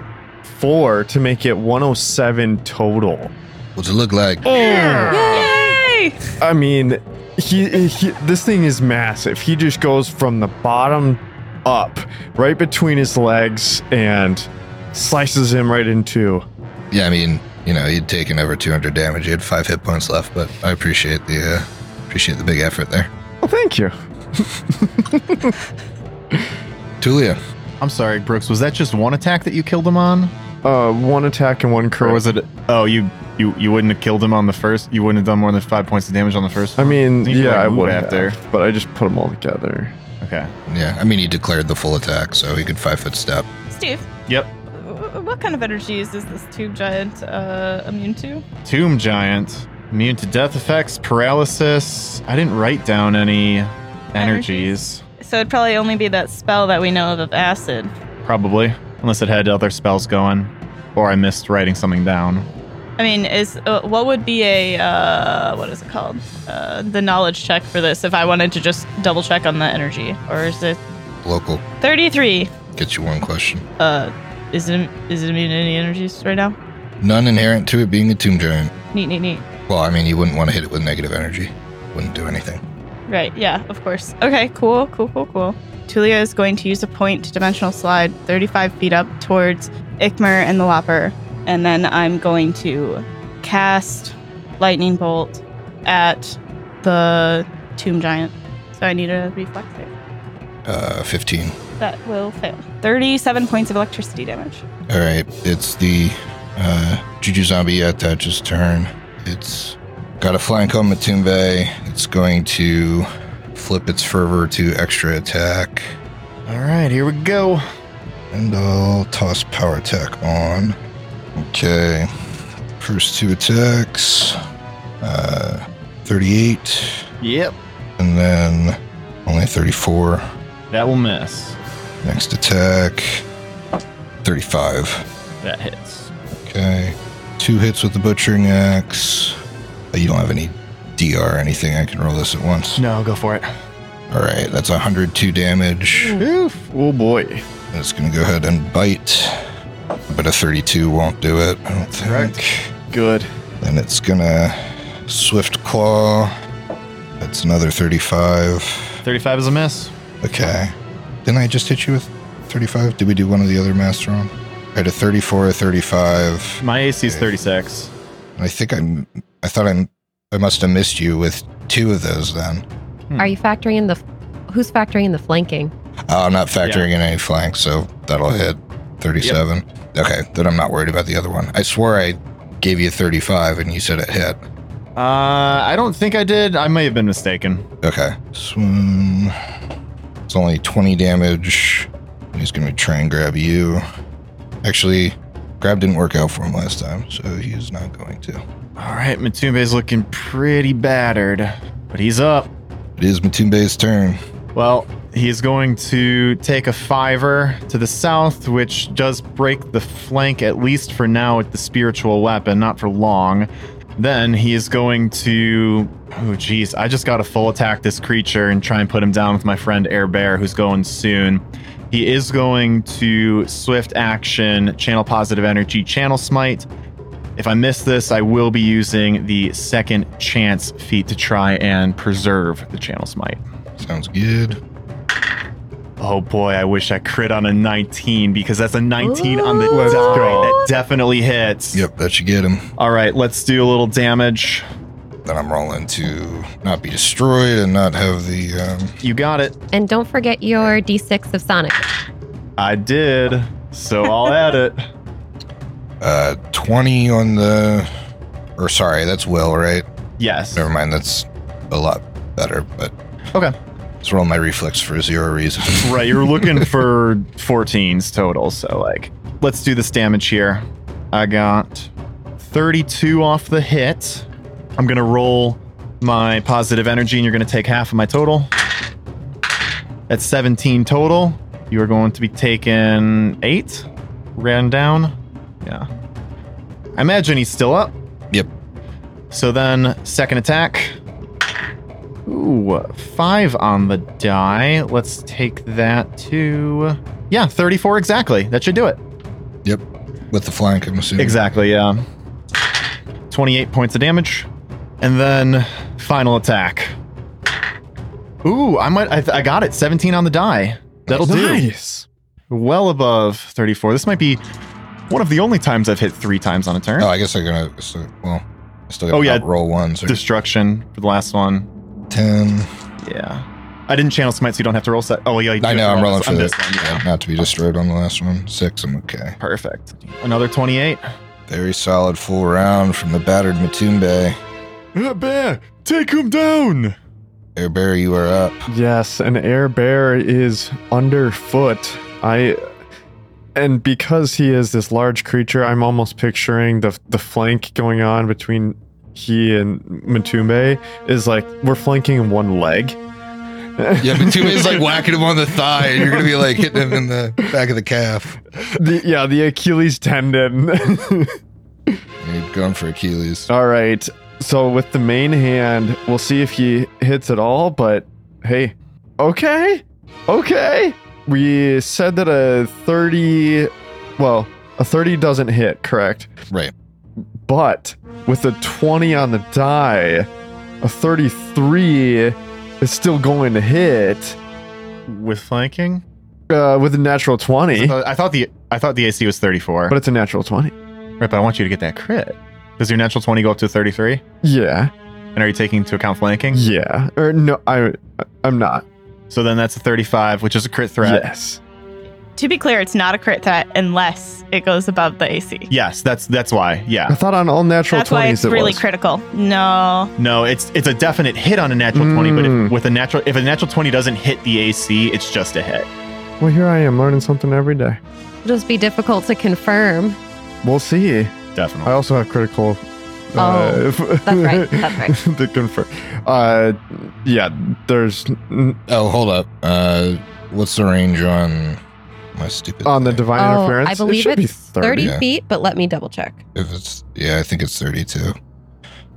Speaker 2: 4 to make it 107 total.
Speaker 4: What's it look like?
Speaker 6: Yay!
Speaker 2: I mean, he, he this thing is massive. He just goes from the bottom up, right between his legs, and slices him right in two.
Speaker 4: Yeah, I mean, you know, he'd taken over 200 damage. He had five hit points left, but I appreciate the uh, appreciate the big effort there.
Speaker 2: Oh, thank you.
Speaker 4: Tulia,
Speaker 5: I'm sorry, Brooks. Was that just one attack that you killed him on,
Speaker 2: Uh, one attack and one crit.
Speaker 5: or was it? Oh, you you you wouldn't have killed him on the first. You wouldn't have done more than five points of damage on the first.
Speaker 2: I mean,
Speaker 5: You can,
Speaker 2: yeah,
Speaker 5: like,
Speaker 2: I
Speaker 5: move
Speaker 2: would
Speaker 5: after.
Speaker 2: have, but I just put them all together.
Speaker 5: Okay.
Speaker 4: Yeah, I mean, he declared the full attack, so he could five foot step.
Speaker 6: Steve.
Speaker 5: Yep.
Speaker 6: w- What kind of energies is this tube giant uh, immune to?
Speaker 5: Tomb Giant. Immune to death effects, paralysis. I didn't write down any energies,
Speaker 6: So it'd probably only be that spell that we know of of acid.
Speaker 5: probably. Unless it had other spells going. Or I missed writing something down.
Speaker 6: I mean, is uh, what would be a uh, what is it called? Uh, the knowledge check for this. If I wanted to just double check on the energy, or is it
Speaker 4: Local,
Speaker 6: thirty-three?
Speaker 4: get you one question.
Speaker 6: Uh, is it is it immune to any energies right now?
Speaker 4: None inherent to it being a tomb giant.
Speaker 6: Neat, neat, neat.
Speaker 4: Well, I mean, you wouldn't want to hit it with negative energy. Wouldn't do anything.
Speaker 6: Right. Yeah. Of course. Okay. Cool. Cool. Cool. Cool. Tulia is going to use a point to dimensional slide 35 feet up towards Ikmer and the Whopper, and then I'm going to cast lightning bolt at the tomb giant. So I need a reflex save.
Speaker 4: Uh, 15.
Speaker 6: That will fail. 37 points of electricity damage.
Speaker 4: All right, it's the uh, Juju Zombie Attach's turn. It's got a flying Komatumbe. It's going to flip its fervor to extra attack.
Speaker 5: All right, here we go.
Speaker 4: And I'll toss power attack on. Okay. First two attacks. Uh, 38.
Speaker 5: Yep.
Speaker 4: And then only 34.
Speaker 5: That will miss.
Speaker 4: Next attack. 35.
Speaker 5: That hits.
Speaker 4: Okay. Two hits with the butchering axe. Uh, You don't have any DR or anything. I can roll this at once.
Speaker 5: No, go for it.
Speaker 4: All right. That's 102 damage.
Speaker 5: Oof. Oh boy.
Speaker 4: And It's going to go ahead and bite. But a 32 won't do it, I don't think.
Speaker 5: Correct. Good.
Speaker 4: Then it's gonna swift claw. That's another 35.
Speaker 5: 35 is a miss.
Speaker 4: Okay. Didn't I just hit you with 35? Did we do one of the other master on? I had a 34, a 35.
Speaker 5: My AC is 36.
Speaker 4: And I think I'm. I thought I'm. I must have missed you with two of those then.
Speaker 1: Are you factoring in the? Who's factoring in the flanking?
Speaker 4: Oh, I'm not factoring in any flanks, so that'll hit 37. Okay, then I'm not worried about the other one. I swore I gave you 35 and you said it hit.
Speaker 5: Uh, I don't think I did. I may have been mistaken.
Speaker 4: Okay. Swoon. It's only 20 damage. He's going to try and grab you. Actually, grab didn't work out for him last time, so he's not going to.
Speaker 5: All right, Matumbe's looking pretty battered, but he's up.
Speaker 4: It is Matumbe's turn.
Speaker 5: Well, he's going to take a fiver to the south, which does break the flank, at least for now, with the spiritual weapon, not for long. Then he is going to. Oh, geez. I just got to full attack this creature and try and put him down with my friend Air Bear, who's going soon. He is going to swift action, channel positive energy, channel smite. If I miss this, I will be using the second chance feat to try and preserve the channel smite.
Speaker 4: Sounds good.
Speaker 5: Oh boy, I wish I crit on a 19 because that's a 19 on the die.
Speaker 1: Let's go.
Speaker 5: That definitely hits.
Speaker 4: Yep, that should get him.
Speaker 5: All right, let's do a little damage.
Speaker 4: Then I'm rolling to not be destroyed and not have the. Um,
Speaker 5: You got it.
Speaker 1: And don't forget your D6 of Sonic.
Speaker 5: I did. So I'll add it.
Speaker 4: uh, 20 on the. Or sorry, that's Will, right?
Speaker 5: Yes.
Speaker 4: Never mind, that's a lot better, but.
Speaker 5: Okay.
Speaker 4: Let's roll my reflex for zero reason.
Speaker 5: Right, you're looking for 14s total. So, like, let's do this damage here. I got 32 off the hit. I'm going to roll my positive energy, and you're going to take half of my total. That's 17 total. You are going to be taking eight. Ran down. Yeah. I imagine he's still up.
Speaker 4: Yep.
Speaker 5: So then, second attack. Ooh, five on the die. Let's take that to. Yeah, 34 exactly. That should do it.
Speaker 4: Yep. With the flank, I'm assuming.
Speaker 5: Exactly, yeah. 28 points of damage. And then final attack. Ooh, I might. I, I got it. 17 on the die. That'll
Speaker 2: nice.
Speaker 5: do. Well above 34. This might be one of the only times I've hit three times on a turn.
Speaker 4: Oh, I guess I'm gonna. So, well, I still gotta
Speaker 5: Oh, yeah.
Speaker 4: roll one. So
Speaker 5: Destruction for the last one.
Speaker 4: ten.
Speaker 5: Yeah. I didn't channel smite, so you don't have to roll set. Oh, yeah. you do
Speaker 4: I
Speaker 5: have
Speaker 4: know
Speaker 5: to
Speaker 4: I'm
Speaker 5: roll
Speaker 4: rolling
Speaker 5: this-
Speaker 4: for this.
Speaker 5: this one, yeah.
Speaker 4: Yeah, Not to be destroyed on the last one. Six. I'm okay.
Speaker 5: Perfect. Another 28.
Speaker 4: Very solid full round from the battered Matumbe.
Speaker 5: Bear, take him down.
Speaker 4: Air Bear, you are up.
Speaker 2: Yes, an air bear is underfoot. I and because he is this large creature, I'm almost picturing the the flank going on between he and Matumbe is like we're flanking in one leg.
Speaker 4: Yeah, Matume's like whacking him on the thigh, and you're gonna be like hitting him in the back of the calf.
Speaker 2: The, yeah, the Achilles tendon.
Speaker 4: You've gone for Achilles.
Speaker 2: all right. So with the main hand, we'll see if he hits at all, but hey. Okay. Okay. We said that a 30 well, a 30 doesn't hit, correct?
Speaker 5: Oh.
Speaker 4: Right.
Speaker 2: But with a 20 on the die, a 33 is still going to hit
Speaker 5: with flanking.
Speaker 2: uh, with a natural 20,
Speaker 4: Eh?
Speaker 5: I thought, I thought the I thought the AC was 34.
Speaker 2: but it's a natural 20.
Speaker 5: Right, but I want you to get that crit. Does your natural 20 go up to 33?
Speaker 2: Yeah.
Speaker 5: And are you taking into account flanking?
Speaker 2: Yeah. Or no, I I'm not.
Speaker 5: So then that's a 35, which is a crit threat.
Speaker 2: Yes.
Speaker 6: To be clear, it's not a crit threat unless it goes above the AC.
Speaker 5: Yes, that's that's why.
Speaker 2: I
Speaker 5: Yeah.
Speaker 2: thought on all natural
Speaker 6: That's
Speaker 2: 20s
Speaker 6: why it's
Speaker 2: it
Speaker 6: really
Speaker 2: was.
Speaker 6: critical. No.
Speaker 5: No, it's it's a definite hit on a natural 20, but
Speaker 2: Mm.
Speaker 5: if, with a natural if a natural 20 doesn't hit the AC, it's just a hit.
Speaker 2: well, here I am learning something every day.
Speaker 1: It'll just be difficult to confirm.
Speaker 2: We'll see. I
Speaker 5: Definitely.
Speaker 2: also have critical. uh,
Speaker 1: Oh, that's right, that's right.
Speaker 2: the confirm. Uh, yeah, there's
Speaker 4: Oh, hold up. Uh, what's the range on my stupid?
Speaker 2: on the
Speaker 4: thing?
Speaker 2: divine
Speaker 1: Oh,
Speaker 2: interference.
Speaker 1: I believe
Speaker 2: it should be
Speaker 1: it's 30
Speaker 4: Yeah.
Speaker 1: feet, but let me double check.
Speaker 4: If it's yeah, I think it's thirty-two.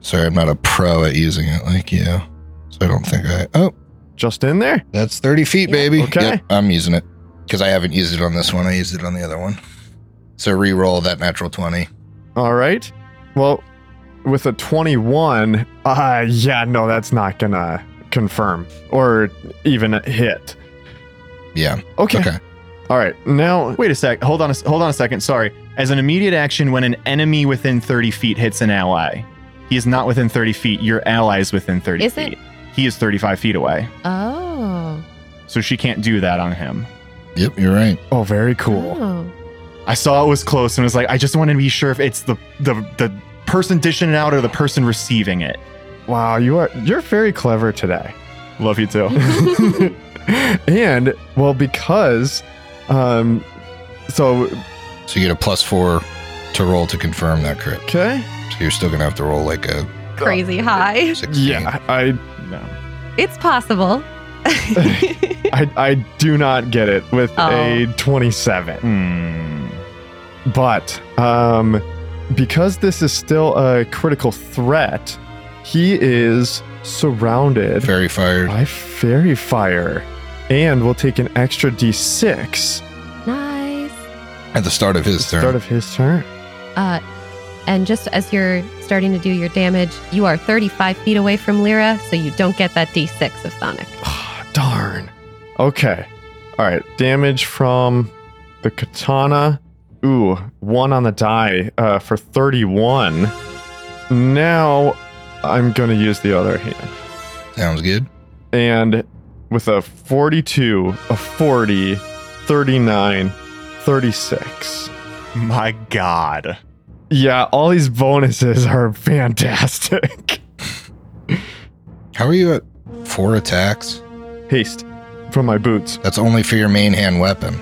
Speaker 4: Sorry, I'm not a pro at using it like you, so I don't think I. Oh,
Speaker 2: Just in there.
Speaker 4: that's thirty feet,
Speaker 1: Yeah.
Speaker 4: baby.
Speaker 2: Okay.
Speaker 4: Yep, I'm using it because I haven't used it on this one. I used it on the other one. So re-roll that natural twenty.
Speaker 2: All right. Well, with a 21, uh, yeah, no, that's not gonna confirm or even hit.
Speaker 4: Yeah.
Speaker 2: Okay.
Speaker 4: Okay.
Speaker 2: All right. Now,
Speaker 5: Wait a sec. Hold on a, s- hold on a second. Sorry. As an immediate action when an enemy within 30 feet hits an ally. He is not within 30 feet. Your ally is within 30
Speaker 1: Isn't-
Speaker 5: feet. He is 35 feet away.
Speaker 1: Oh.
Speaker 5: So she can't do that on him.
Speaker 4: Yep, you're right.
Speaker 2: oh, very cool.
Speaker 1: Oh.
Speaker 5: I saw it was close and was like, I just wanted to be sure if it's the the the person dishing it out or the person receiving it.
Speaker 2: Wow, you are you're very clever today.
Speaker 5: Love you too.
Speaker 2: and well, because, um, so
Speaker 4: So you get a plus four to roll to confirm that crit.
Speaker 2: okay,
Speaker 4: So you're still gonna have to roll like a
Speaker 1: Crazy high.
Speaker 4: sixteen.
Speaker 2: yeah, I
Speaker 5: no.
Speaker 1: It's possible.
Speaker 2: I, I do not get it with a 27.
Speaker 5: Hmm.
Speaker 2: But um, because this is still a critical threat, he is surrounded
Speaker 4: Fairy fired.
Speaker 2: by fairy fire and will take an extra d6
Speaker 1: nice.
Speaker 4: At the start of
Speaker 2: at the
Speaker 4: his
Speaker 2: start
Speaker 4: turn.
Speaker 2: of his turn.
Speaker 1: Uh, and just as you're starting to do your damage, you are 35 feet away from Lyra, so you don't get that d6 of Sonic.
Speaker 2: Ah, darn. Okay. All right. Damage from the katana. Ooh, one on the die uh, for 31. Now I'm going to use the other hand.
Speaker 4: Sounds good.
Speaker 2: And with a 42, a 40, 39, 36.
Speaker 5: My God.
Speaker 2: Yeah, all these bonuses are fantastic.
Speaker 4: How are you at four attacks?
Speaker 2: Haste from my boots.
Speaker 4: That's only for your main hand weapon.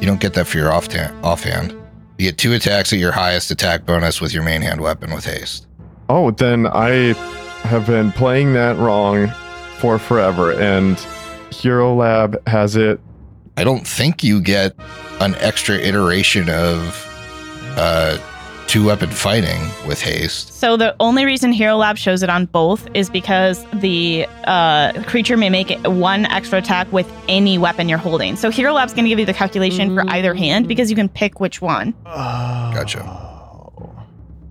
Speaker 4: You don't get that for your offhand. Offhand. You get two attacks at your highest attack bonus with your main hand weapon with haste.
Speaker 2: Oh, then I have been playing that wrong for forever, and Hero Lab has it.
Speaker 4: I don't think you get an extra iteration of uh, two weapon fighting with haste.
Speaker 6: So the only reason Hero Lab shows it on both is because the uh, creature may make it one extra attack with any weapon you're holding. So Hero Lab's going to give you the calculation for either hand because you can pick which one.
Speaker 5: Gotcha.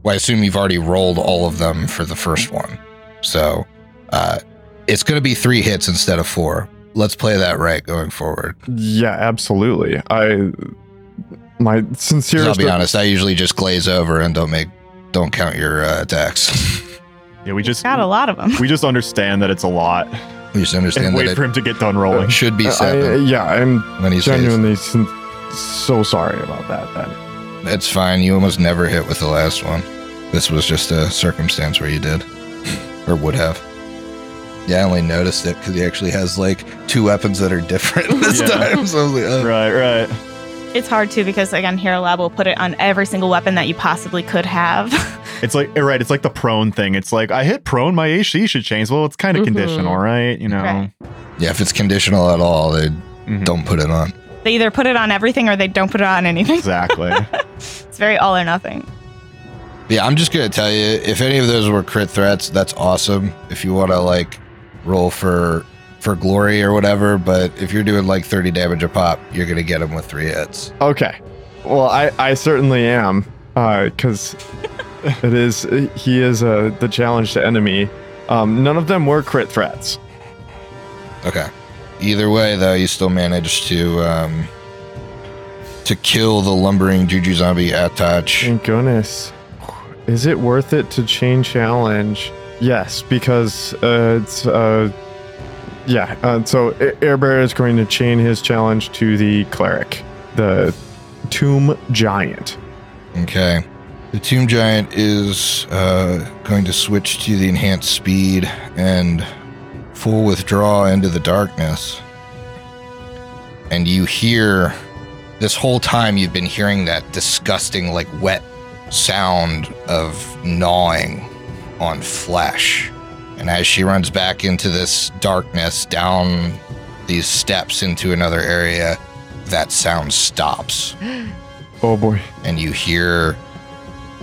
Speaker 4: Well, I assume you've already rolled all of them for the first one. So uh, it's going to be three hits instead of four. Let's play that right going forward.
Speaker 2: Yeah, absolutely. I my
Speaker 4: 'Cause
Speaker 2: sincerest.
Speaker 4: I'll be honest, I usually just glaze over and don't make, don't count your uh, attacks.
Speaker 5: Yeah, we just
Speaker 6: Got
Speaker 2: Mm.
Speaker 6: a lot of them.
Speaker 5: we just understand that it's a lot
Speaker 4: We just understand
Speaker 5: and wait
Speaker 4: that
Speaker 5: for him to get done
Speaker 4: it
Speaker 5: rolling.
Speaker 4: should be
Speaker 2: I- I-
Speaker 4: seven
Speaker 2: yeah, I'm
Speaker 4: when he's genuine.
Speaker 2: genuinely sin- so sorry about that. Then.
Speaker 4: It's fine. You almost never hit with the last one. This was just a circumstance where you did, or would have. Yeah, I only noticed it because he actually has like two weapons that are different this
Speaker 5: Yeah.
Speaker 4: time. So I was like, oh.
Speaker 5: Right, right.
Speaker 6: It's hard too because again, Hero Lab will put it on every single weapon that you possibly could have.
Speaker 5: It's like eh, right, it's like the prone thing. It's like I hit prone, my AC should change. Well, it's kind of
Speaker 1: Mhm.
Speaker 5: conditional, right? You know.
Speaker 6: Right.
Speaker 4: yeah, if it's conditional at all, they
Speaker 5: Mhm.
Speaker 4: don't put it on.
Speaker 6: they either put it on everything or they don't put it on anything.
Speaker 5: Exactly.
Speaker 6: It's very all or nothing.
Speaker 4: Yeah, I'm just gonna tell you if any of those were crit threats, that's awesome. If you want to like roll for for glory or whatever, but if you're doing like 30 damage a pop, you're gonna get them with three hits.
Speaker 2: Okay. Well, I, I certainly am, because it is he is uh, the challenged enemy. Um, none of them were crit threats.
Speaker 4: Okay. Either way, though, you still managed to um, to kill the lumbering juju zombie at touch.
Speaker 2: Thank goodness. Is it worth it to chain challenge? Yes, because uh, it's uh, yeah. Uh, so A- Air Bear is going to chain his challenge to the cleric, the tomb giant.
Speaker 4: Okay. The Tomb Giant is uh, going to switch to the enhanced speed and full withdraw into the darkness. And you hear this whole time you've been hearing that disgusting, like wet sound of gnawing on flesh. And as she runs back into this darkness, down these steps into another area, that sound stops
Speaker 2: Oh boy.
Speaker 4: and you hear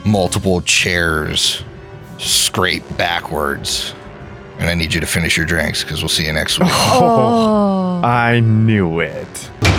Speaker 4: multiple chairs scrape backwards. And I need you to finish your drinks because we'll see you next week.
Speaker 1: Oh.
Speaker 2: I knew it.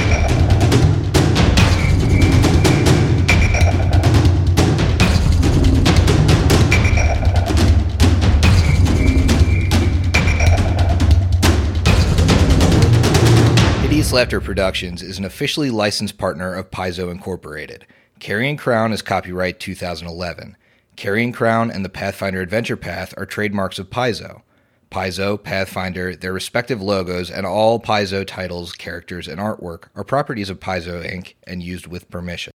Speaker 4: Hideous Laughter Productions is an officially licensed partner of Paizo Incorporated. Carrying Crown is copyright 2011. Carrying Crown and the Pathfinder Adventure Path are trademarks of Paizo. Paizo, Pathfinder, their respective logos, and all Paizo titles, characters, and artwork are properties of Paizo Inc. and used with permission.